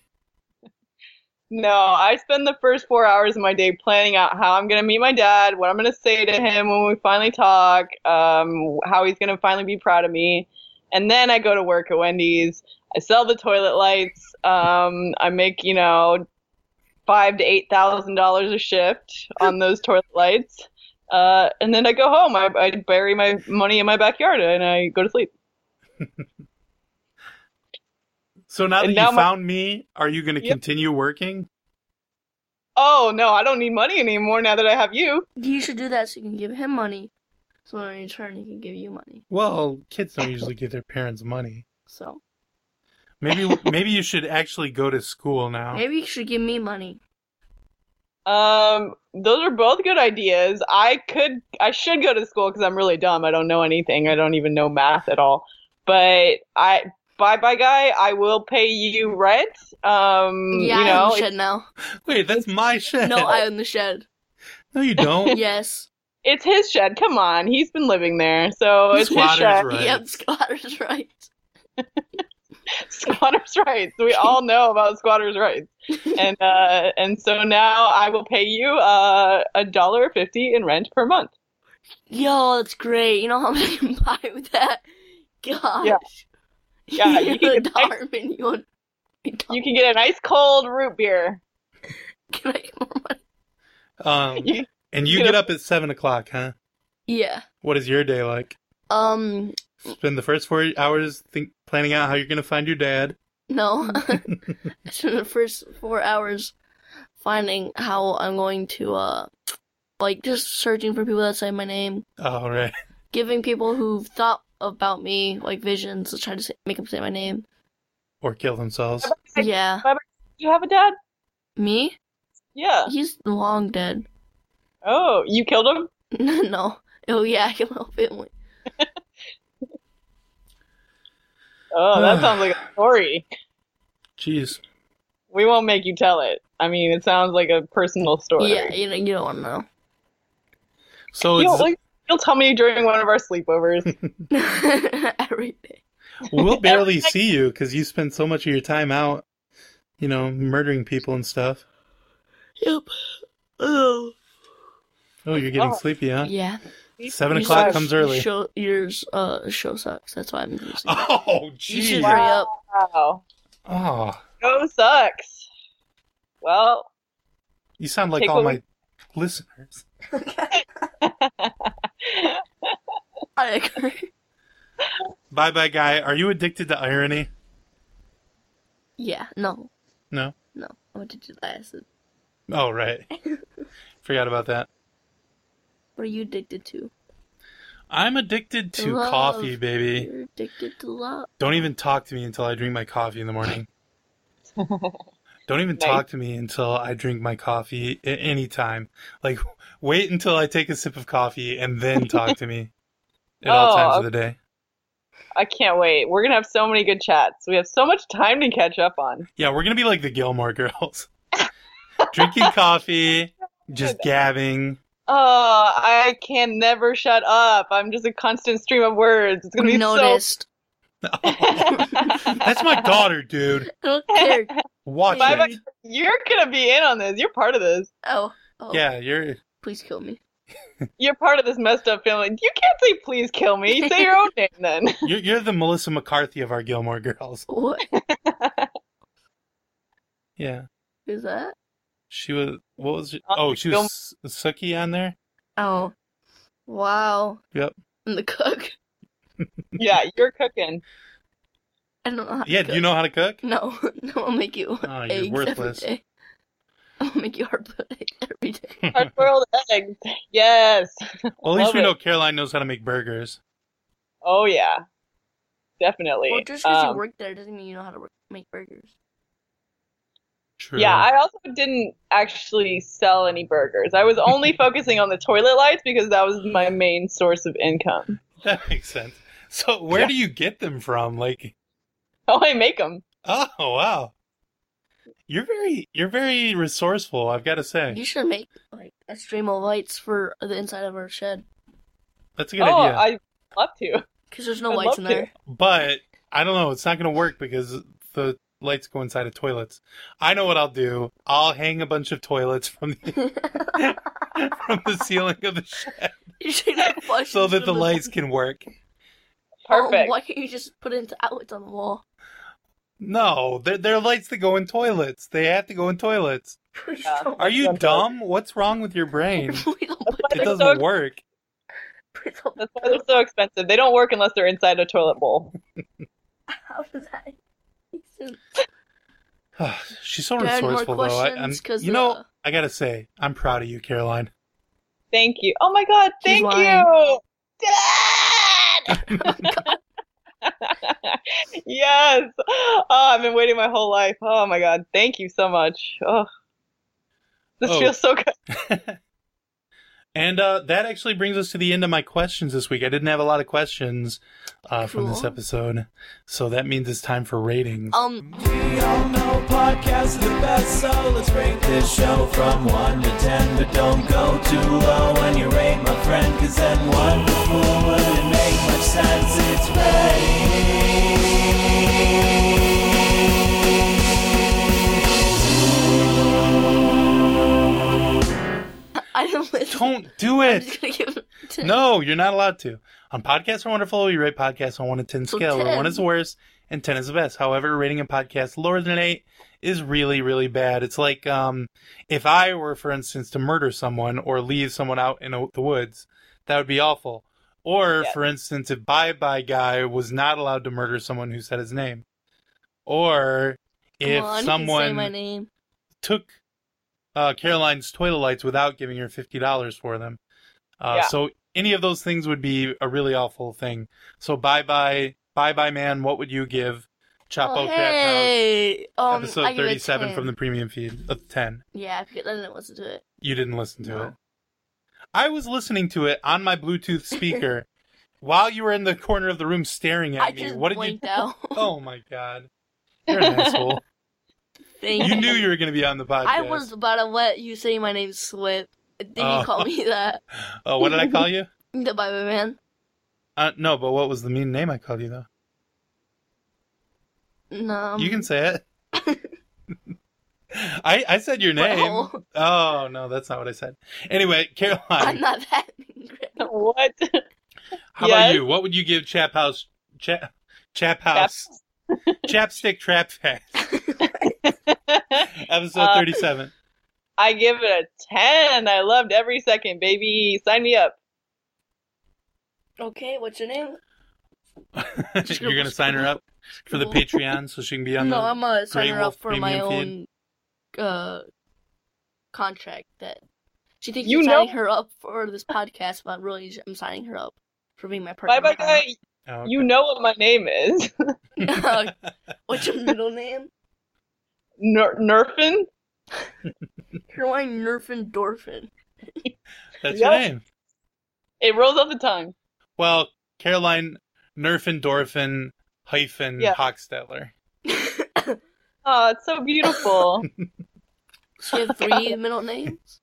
Speaker 3: no, I spend the first four hours of my day planning out how I'm gonna meet my dad, what I'm gonna say to him when we finally talk, um, how he's gonna finally be proud of me, and then I go to work at Wendy's. I sell the toilet lights. Um, I make you know five to eight thousand dollars a shift on those toilet lights, uh, and then I go home. I, I bury my money in my backyard and I go to sleep.
Speaker 1: So now that
Speaker 3: And
Speaker 1: you
Speaker 3: now my-
Speaker 1: found me, are you going to
Speaker 3: Yep.
Speaker 1: continue working?
Speaker 3: Oh no, I don't need money anymore now that I have you.
Speaker 2: You should do that so you can give him money. So in return, he can give you money.
Speaker 1: Well, kids don't usually give their parents money.
Speaker 2: So
Speaker 1: Maybe maybe you should actually go to school now.
Speaker 2: maybe you should give me money.
Speaker 3: Um, those are both good ideas. I could, I should go to school because I'm really dumb. I don't know anything. I don't even know math at all. But I, bye bye guy, I will pay you rent. Um,
Speaker 2: Yeah,
Speaker 3: you
Speaker 2: I own
Speaker 3: know,
Speaker 2: the shed now.
Speaker 1: Wait, that's my shed.
Speaker 2: No, I own the shed.
Speaker 1: No, you don't.
Speaker 2: Yes.
Speaker 3: it's his shed. Come on, he's been living there, so it's his
Speaker 1: Squatter's
Speaker 3: shed.
Speaker 1: Right.
Speaker 2: Yep, Squatter's right.
Speaker 3: Squatters' rights. We all know about squatters' rights, and uh, and so now I will pay you uh a dollar fifty in rent per month.
Speaker 2: Yo, that's great. You know how much I can buy with that? Gosh.
Speaker 3: Yeah,
Speaker 2: you
Speaker 3: you can
Speaker 2: a
Speaker 3: get
Speaker 2: dollar menu on.
Speaker 3: You can get an ice cold root beer.
Speaker 2: Can I get more money?
Speaker 1: Um,
Speaker 3: You-
Speaker 1: and you
Speaker 3: you
Speaker 1: get
Speaker 3: know-
Speaker 1: up at seven o'clock, huh?
Speaker 2: Yeah.
Speaker 1: What is your day like?
Speaker 2: Um,
Speaker 1: Spend the first four hours think planning out how you're gonna find your dad.
Speaker 2: no. I spent the first four hours finding how I'm going to, uh, like, just searching for people that say my name,
Speaker 1: All right.
Speaker 2: giving people who've thought about me, like, visions to try to say, make them say my name.
Speaker 1: Or kill themselves.
Speaker 2: Yeah.
Speaker 3: Do you have a dad?
Speaker 2: Me?
Speaker 3: Yeah.
Speaker 2: He's long dead.
Speaker 3: Oh, you killed him?
Speaker 2: no. Oh, yeah, I can help him.
Speaker 3: Oh, that sounds like a story.
Speaker 1: Jeez.
Speaker 3: We won't make you tell it. I mean, it sounds like a personal
Speaker 1: Oh,
Speaker 3: story.
Speaker 2: Yeah, you know, you don't want to know.
Speaker 1: So
Speaker 3: You'll,
Speaker 1: it's,
Speaker 3: like, you'll tell me during one of our sleepovers.
Speaker 2: Every day.
Speaker 1: we'll barely see you because you spend so much of your time out, you know, murdering people and stuff.
Speaker 2: Yep. Oh.
Speaker 1: Oh, you're getting
Speaker 3: Oh.
Speaker 1: sleepy, huh?
Speaker 2: Yeah.
Speaker 1: Seven
Speaker 2: Your
Speaker 1: o'clock
Speaker 2: socks-
Speaker 1: comes early.
Speaker 2: Your show, your uh, show sucks. That's why I'm using it.
Speaker 1: Oh,
Speaker 2: You should
Speaker 1: jeez.
Speaker 2: hurry up.
Speaker 3: wow.
Speaker 1: Oh,
Speaker 3: Go sucks. Well,
Speaker 1: you sound like
Speaker 3: Take
Speaker 1: all
Speaker 3: what we-
Speaker 1: my listeners.
Speaker 2: I agree.
Speaker 1: Bye, bye, guy. Are you addicted to irony?
Speaker 2: yeah, no.
Speaker 1: No.
Speaker 2: No. I went to do acid.
Speaker 1: Oh, right. Forgot about that.
Speaker 2: What are you addicted to?
Speaker 1: I'm addicted to
Speaker 2: Love.
Speaker 1: coffee, baby.
Speaker 2: You're addicted to love.
Speaker 1: Don't even talk to me until I drink my coffee in the morning. Don't even
Speaker 3: Nice.
Speaker 1: talk to me until I drink my coffee at any time. Like, wait until I take a sip of coffee and then talk to me at all
Speaker 3: Oh,
Speaker 1: times of the day.
Speaker 3: I can't wait. We're going to have so many good chats. We have so much time to catch up on.
Speaker 1: Yeah, we're gonna be like the Gilmore Girls, drinking coffee, just gabbing.
Speaker 3: Oh, I can never shut up. I'm just a constant stream of words. It's going to
Speaker 2: We
Speaker 3: be
Speaker 2: noticed.
Speaker 3: so.
Speaker 1: That's my daughter, dude.
Speaker 2: I don't care.
Speaker 1: Watch
Speaker 2: Bye-bye.
Speaker 1: it.
Speaker 3: You're going to be in on this. You're part of this.
Speaker 2: Oh. oh.
Speaker 1: Yeah, you're.
Speaker 2: Please kill me.
Speaker 3: You're part of this messed up family. You can't say please kill me. Say your own name then.
Speaker 1: You're, you're the Melissa McCarthy of our Gilmore Girls.
Speaker 2: What
Speaker 1: Yeah,
Speaker 2: is that?
Speaker 1: she was. What was? She,
Speaker 3: Oh,
Speaker 1: oh, she
Speaker 3: Gil-
Speaker 1: was S- Suki on there.
Speaker 2: Oh. Wow.
Speaker 1: Yep.
Speaker 2: I'm the cook.
Speaker 3: Yeah, you're cooking.
Speaker 2: I don't know how to
Speaker 1: Yeah,
Speaker 2: cook.
Speaker 1: do you know how to cook?
Speaker 2: No, no, I'll make you
Speaker 1: Oh, you're
Speaker 2: eggs
Speaker 1: worthless.
Speaker 2: every day. I'll make you hard eggs every day.
Speaker 3: Hard boiled eggs. Yes.
Speaker 1: Well, at least
Speaker 3: Love
Speaker 1: we
Speaker 3: it.
Speaker 1: know Caroline knows how to make burgers.
Speaker 3: Oh yeah. Definitely.
Speaker 2: Well, just because
Speaker 3: Um,
Speaker 2: you work there doesn't mean you know how to work, make burgers.
Speaker 1: True.
Speaker 3: yeah, I also didn't actually sell any burgers. I was only focusing on the toilet lights because that was my main source of income.
Speaker 1: that makes sense. So, where do you get them from? Like,
Speaker 3: Oh, I make them.
Speaker 1: oh wow, you're very, you're very resourceful. I've got to say,
Speaker 2: You should make like a stream of lights for the inside of our shed
Speaker 1: that's a
Speaker 3: Oh,
Speaker 1: good idea.
Speaker 3: I love to.
Speaker 2: because there's no
Speaker 3: I'd
Speaker 2: lights
Speaker 3: love
Speaker 2: in
Speaker 3: to.
Speaker 2: there.
Speaker 1: But I don't know. It's not going to work because the lights go inside of toilets. I know what I'll do. I'll hang a bunch of toilets from the from the ceiling of the shed
Speaker 2: You should not flush
Speaker 1: so
Speaker 2: into
Speaker 1: that the lights can work.
Speaker 2: Oh,
Speaker 3: Perfect.
Speaker 2: why can't you just put it into outlets on the wall?
Speaker 1: No, they're, they're lights that go in toilets. They have to go in toilets.
Speaker 3: Yeah.
Speaker 1: Are you dumb? What's wrong with your brain?
Speaker 2: Please don't put
Speaker 3: why
Speaker 1: It
Speaker 2: it.
Speaker 3: they're
Speaker 1: doesn't work.
Speaker 2: Please don't
Speaker 3: That's why they're so expensive. They don't work unless they're inside a toilet bowl.
Speaker 2: How does that?
Speaker 1: She's so
Speaker 2: Do you have more
Speaker 1: resourceful, though. I, I'm,
Speaker 2: questions? 'Cause,
Speaker 1: you know,
Speaker 2: uh,
Speaker 1: I gotta say, I'm proud of you, Caroline.
Speaker 3: Thank you. Oh my god,
Speaker 2: She's
Speaker 3: thank
Speaker 2: lying. Oh
Speaker 3: you. Dad! yes. Oh, I've been waiting my whole life. Oh my god, thank you so much. Oh, This
Speaker 4: Oh.
Speaker 3: feels so good.
Speaker 1: And uh, that actually brings us to the end of my questions this week. I didn't have a lot of questions uh, from this
Speaker 2: Cool.
Speaker 1: episode, so that means it's time for ratings.
Speaker 2: Um,
Speaker 8: We all know podcasts are the best, so let's rate this show from 1 to 10. But don't go too low when you rate my friend, cause then 1 to 4 wouldn't make much sense. It's rating.
Speaker 2: I didn't listen.
Speaker 1: Don't do
Speaker 2: I'm
Speaker 1: it.
Speaker 2: just gonna give it.
Speaker 1: No, you're not allowed to. On podcasts are wonderful. We rate podcasts on one to ten
Speaker 2: So
Speaker 1: scale, where
Speaker 2: 10.
Speaker 1: one is the worst and ten is the best. However, rating a podcast lower than an eight is really, really bad. It's like um, if I were, for instance, to murder someone or leave someone out in the woods, that would be awful. Or,
Speaker 3: Yeah.
Speaker 1: for instance, if Bye Bye Guy was not allowed to murder someone who said his name, or
Speaker 2: Come
Speaker 1: if
Speaker 2: on, you can say
Speaker 1: someone
Speaker 2: my name.
Speaker 1: took uh, Caroline's toilet lights without giving her fifty dollars for them. Uh,
Speaker 3: Yeah.
Speaker 1: So any of those things would be a really awful thing. So bye bye bye bye man. What would you give Chapo
Speaker 2: Oh,
Speaker 1: Crab
Speaker 2: hey.
Speaker 1: House
Speaker 2: Um, I
Speaker 1: episode
Speaker 2: give it a
Speaker 1: thirty seven
Speaker 2: 10.
Speaker 1: from the premium feed of ten?
Speaker 2: Yeah, because I didn't listen to it.
Speaker 1: You didn't listen to
Speaker 2: No.
Speaker 1: it. I was listening to it on my Bluetooth speaker while you were in the corner of the room staring at
Speaker 2: I
Speaker 1: me.
Speaker 2: just
Speaker 1: what did you?
Speaker 2: blanked out.
Speaker 1: Oh my god. You're an asshole.
Speaker 2: Thank
Speaker 1: You knew you were going to be on the podcast.
Speaker 2: I was about to let you say my name slip. Did you
Speaker 1: Oh.
Speaker 2: call me that?
Speaker 1: Oh, what did I call you?
Speaker 2: The Bible Man.
Speaker 1: Uh, no, but what was the mean name I called you though?
Speaker 2: No.
Speaker 1: you can say it. I I said your name.
Speaker 2: Well,
Speaker 1: Oh no, that's not what I said. Anyway,
Speaker 2: I'm
Speaker 1: Caroline,
Speaker 2: not that angry.
Speaker 3: What?
Speaker 1: how
Speaker 3: Yes?
Speaker 1: about you? What would you give Chap House Chap Chap House Chapstick Trap Fest episode
Speaker 3: Uh,
Speaker 1: thirty seven?
Speaker 3: I give it a 10. I loved every second, baby. Sign me up.
Speaker 2: Okay, what's your name?
Speaker 1: You're gonna sign her up for the Patreon so she can be on
Speaker 2: no,
Speaker 1: the. Oh,
Speaker 2: I'm gonna sign
Speaker 1: Grey
Speaker 2: her
Speaker 1: Wolf
Speaker 2: up for my
Speaker 1: premium
Speaker 2: own
Speaker 1: feed?
Speaker 2: uh contract that she thinks
Speaker 3: You
Speaker 2: you're signing
Speaker 3: know-
Speaker 2: her up for this podcast, but really I'm signing her up for being my
Speaker 3: Bye
Speaker 2: partner.
Speaker 3: bye, guy.
Speaker 1: Oh,
Speaker 3: You know what my name is.
Speaker 2: guy. what's your middle name?
Speaker 3: Ner- Nerfin?
Speaker 2: Caroline Nerfendorfin.
Speaker 1: that's your
Speaker 3: Yep.
Speaker 1: name.
Speaker 3: It rolls off the tongue.
Speaker 1: Well, Caroline Nerfendorfin hyphen
Speaker 3: Yeah.
Speaker 1: Hochstetler.
Speaker 3: Oh, it's so beautiful.
Speaker 2: She have three middle names.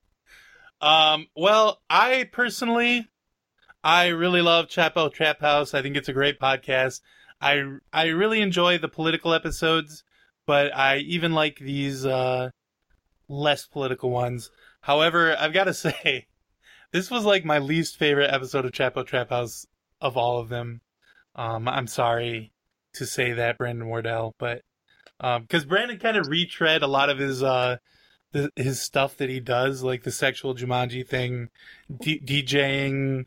Speaker 1: Um, well, I personally, I really love Chapo Trap House. I think it's a great podcast. I I really enjoy the political episodes, but I even like these uh, less political ones. However, I've got to say, this was like my least favorite episode of Chapo Trap House of all of them. Um, I'm sorry to say that, Brandon Wardell, but because Brandon kind of retread a lot of his uh, the, his stuff that he does, like the sexual Jumanji thing, d- DJing,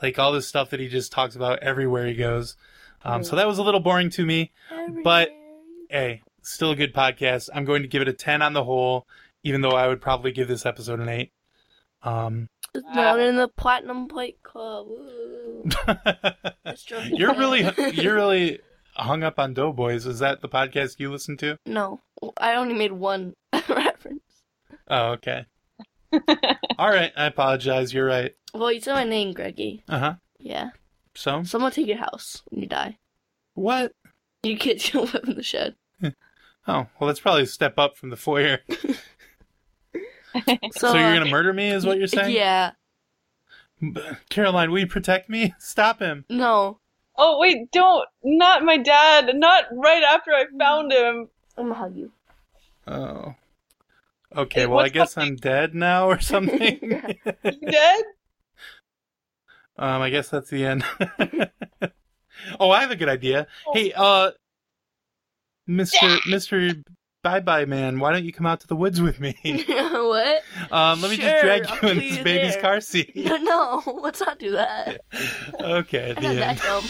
Speaker 1: like all this stuff that he just talks about everywhere he goes. Um, so that was a little boring to me. But- Hey, still a good podcast. I'm going to give it a 10 on the whole, even though I would probably give this episode an 8. Um,
Speaker 2: It's not in the Platinum Plate Club. Ooh. That's true.
Speaker 1: you're really you're really hung up on Doughboys. Is that the podcast you listen to?
Speaker 2: no. I only made one reference.
Speaker 1: Oh, okay. All right, I apologize. You're right.
Speaker 2: Well, you said my name, Greggy.
Speaker 1: Uh huh.
Speaker 2: Yeah.
Speaker 1: So
Speaker 2: Someone take your house when you die.
Speaker 1: what?
Speaker 2: You get your whip in the shed.
Speaker 1: Oh, well, that's probably a step up from the foyer.
Speaker 2: So,
Speaker 1: So, you're
Speaker 2: uh,
Speaker 1: going to murder me, is what you're saying?
Speaker 2: Yeah.
Speaker 1: Yeah. Caroline, will you protect me? Stop him.
Speaker 2: No.
Speaker 3: oh, wait, don't. Not my dad. Not right after
Speaker 2: Hmm.
Speaker 3: I found him.
Speaker 2: I'm gonna hug you.
Speaker 1: Oh. Okay,
Speaker 3: Hey,
Speaker 1: well, I
Speaker 3: what's
Speaker 1: guess I'm dead now or something.
Speaker 3: You dead?
Speaker 1: um, I guess that's the end. oh, I have a good idea. Hey, uh, Mr. Mr. Bye Bye Man, why don't you come out to the woods with me?
Speaker 2: what?
Speaker 1: Um, let me
Speaker 2: Sure,
Speaker 1: just drag
Speaker 2: I'll
Speaker 1: you in
Speaker 2: see
Speaker 1: this
Speaker 2: you
Speaker 1: baby's
Speaker 2: there.
Speaker 1: car seat.
Speaker 2: No, no. Let's not do that.
Speaker 1: Okay, the
Speaker 2: I'm not
Speaker 1: end.
Speaker 2: that dumb.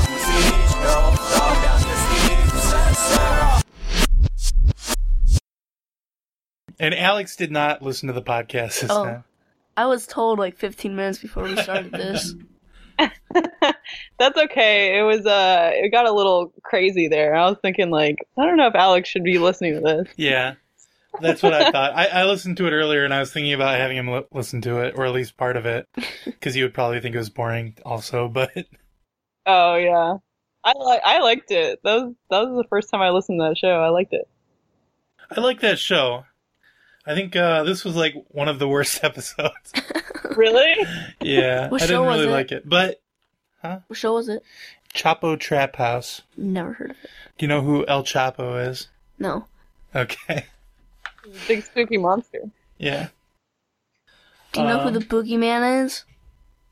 Speaker 8: Side of the bush, and you see
Speaker 1: And Alex did not listen to the podcast this
Speaker 2: Oh.
Speaker 1: time.
Speaker 2: I was told like 15 minutes before we started this.
Speaker 3: That's okay. It was uh, it got a little crazy there. I was thinking like, I don't know if Alex should be listening to this.
Speaker 1: Yeah, that's what I thought. I, I listened to it earlier, and I was thinking about having him li- listen to it, or at least part of it, because he would probably think it was boring, also. But
Speaker 3: Oh yeah, I li- I liked it. That was that was the first time I listened to that show. I liked it.
Speaker 1: I like that show. I think uh, this was like one of the worst episodes.
Speaker 3: Really?
Speaker 1: yeah,
Speaker 2: What
Speaker 1: I didn't
Speaker 2: show was
Speaker 1: really
Speaker 2: it?
Speaker 1: like it. But
Speaker 2: What show was it?
Speaker 1: Chapo Trap House.
Speaker 2: Never heard of it.
Speaker 1: Do you know who El Chapo is?
Speaker 2: No.
Speaker 1: Okay.
Speaker 3: Big spooky monster.
Speaker 1: Yeah.
Speaker 2: Do you know who
Speaker 1: Um,
Speaker 2: the boogeyman is?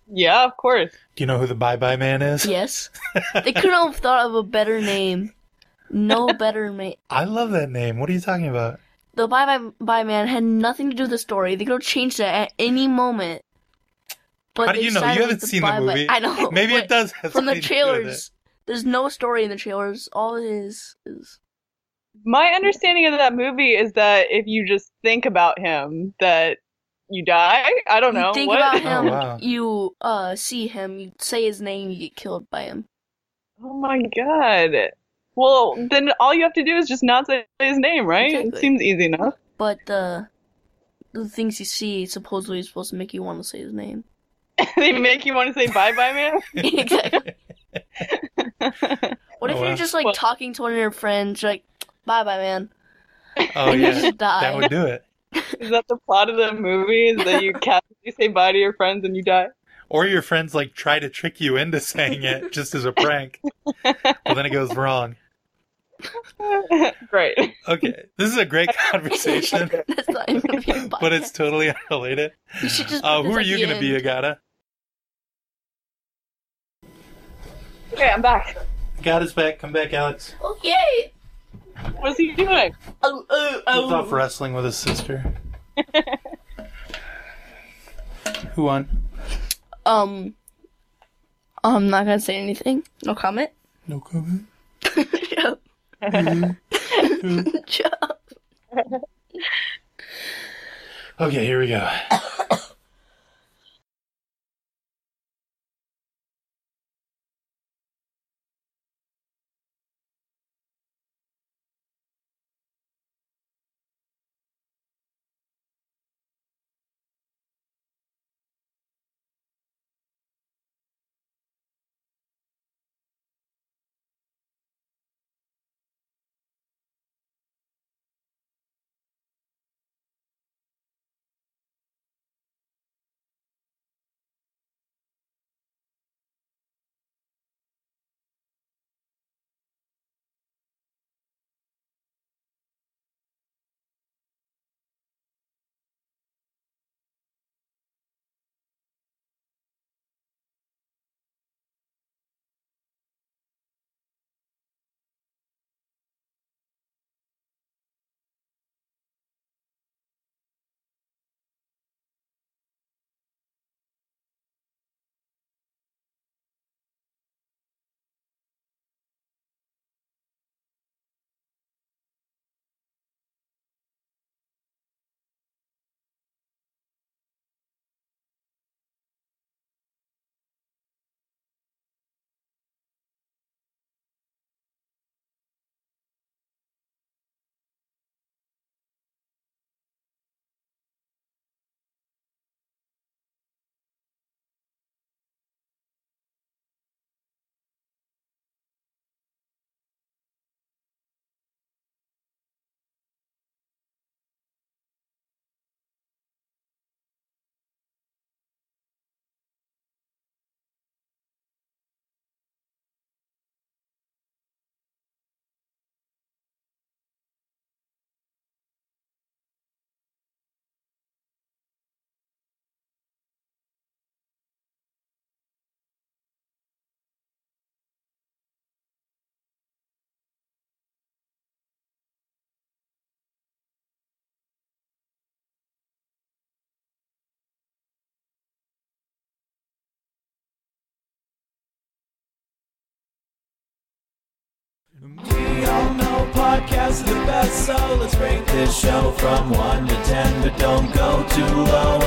Speaker 3: Yeah, of course.
Speaker 1: Do you know who the Bye Bye Man is?
Speaker 2: Yes. they couldn't have thought of a better name. No better name.
Speaker 1: I love that name. What are you talking about?
Speaker 2: The Bye Bye Bye Man had nothing to do with the story. They could have changed that at any moment. But
Speaker 1: How do
Speaker 2: they
Speaker 1: you know?
Speaker 2: decided
Speaker 1: You
Speaker 2: it was
Speaker 1: haven't seen the
Speaker 2: Bye Bye-
Speaker 1: movie.
Speaker 2: I know.
Speaker 1: Maybe
Speaker 2: but
Speaker 1: it does have
Speaker 2: From the
Speaker 1: something to do with it.
Speaker 2: trailers, there's no story in the trailers. All it is is
Speaker 3: My understanding of that movie is that if you just think about him, that you die. I don't know
Speaker 2: you think
Speaker 3: what.
Speaker 2: about
Speaker 1: Oh,
Speaker 2: him,
Speaker 1: wow.
Speaker 2: you uh see him, you say his name, you get killed by him.
Speaker 3: Oh my god. Well, then all you have to do is just not say his name, right? It
Speaker 2: Exactly.
Speaker 3: seems easy enough.
Speaker 2: But the the things you see supposedly is supposed to make you want to say his name.
Speaker 3: they make you want to say bye bye, man.
Speaker 2: exactly. What if
Speaker 1: Oh,
Speaker 2: you're
Speaker 1: wow.
Speaker 2: just like
Speaker 3: Well-
Speaker 2: talking to one of your friends, you're like, "Bye, bye, man."
Speaker 1: Oh
Speaker 2: You
Speaker 1: yeah,
Speaker 2: just die.
Speaker 1: that would do it.
Speaker 3: Is that the plot of the movie? Is that you casually say bye to your friends and you die?
Speaker 1: Or your friends like try to trick you into saying it just as a prank. Well, then it goes wrong.
Speaker 3: Great.
Speaker 1: Okay, this is a great conversation,
Speaker 2: That's not even gonna be a podcast.
Speaker 1: but it's totally unrelated.
Speaker 2: You should just.
Speaker 1: Uh,
Speaker 2: put
Speaker 1: who
Speaker 2: this
Speaker 1: are
Speaker 2: at
Speaker 1: you
Speaker 2: the
Speaker 1: going to be,
Speaker 2: end.
Speaker 1: Agata?
Speaker 3: Okay, I'm back.
Speaker 1: Agata's back. Come back, Alex.
Speaker 2: Oh yay!
Speaker 3: What is he doing?
Speaker 2: Oh oh
Speaker 1: He's off
Speaker 2: oh.
Speaker 1: wrestling with his sister. who won?
Speaker 2: Um, I'm not gonna say anything. No comment.
Speaker 1: No comment.
Speaker 2: Job. Job.
Speaker 1: Okay, here we go.
Speaker 8: We all know podcasts are the best, so let's rate this show from 1 to but don't go too low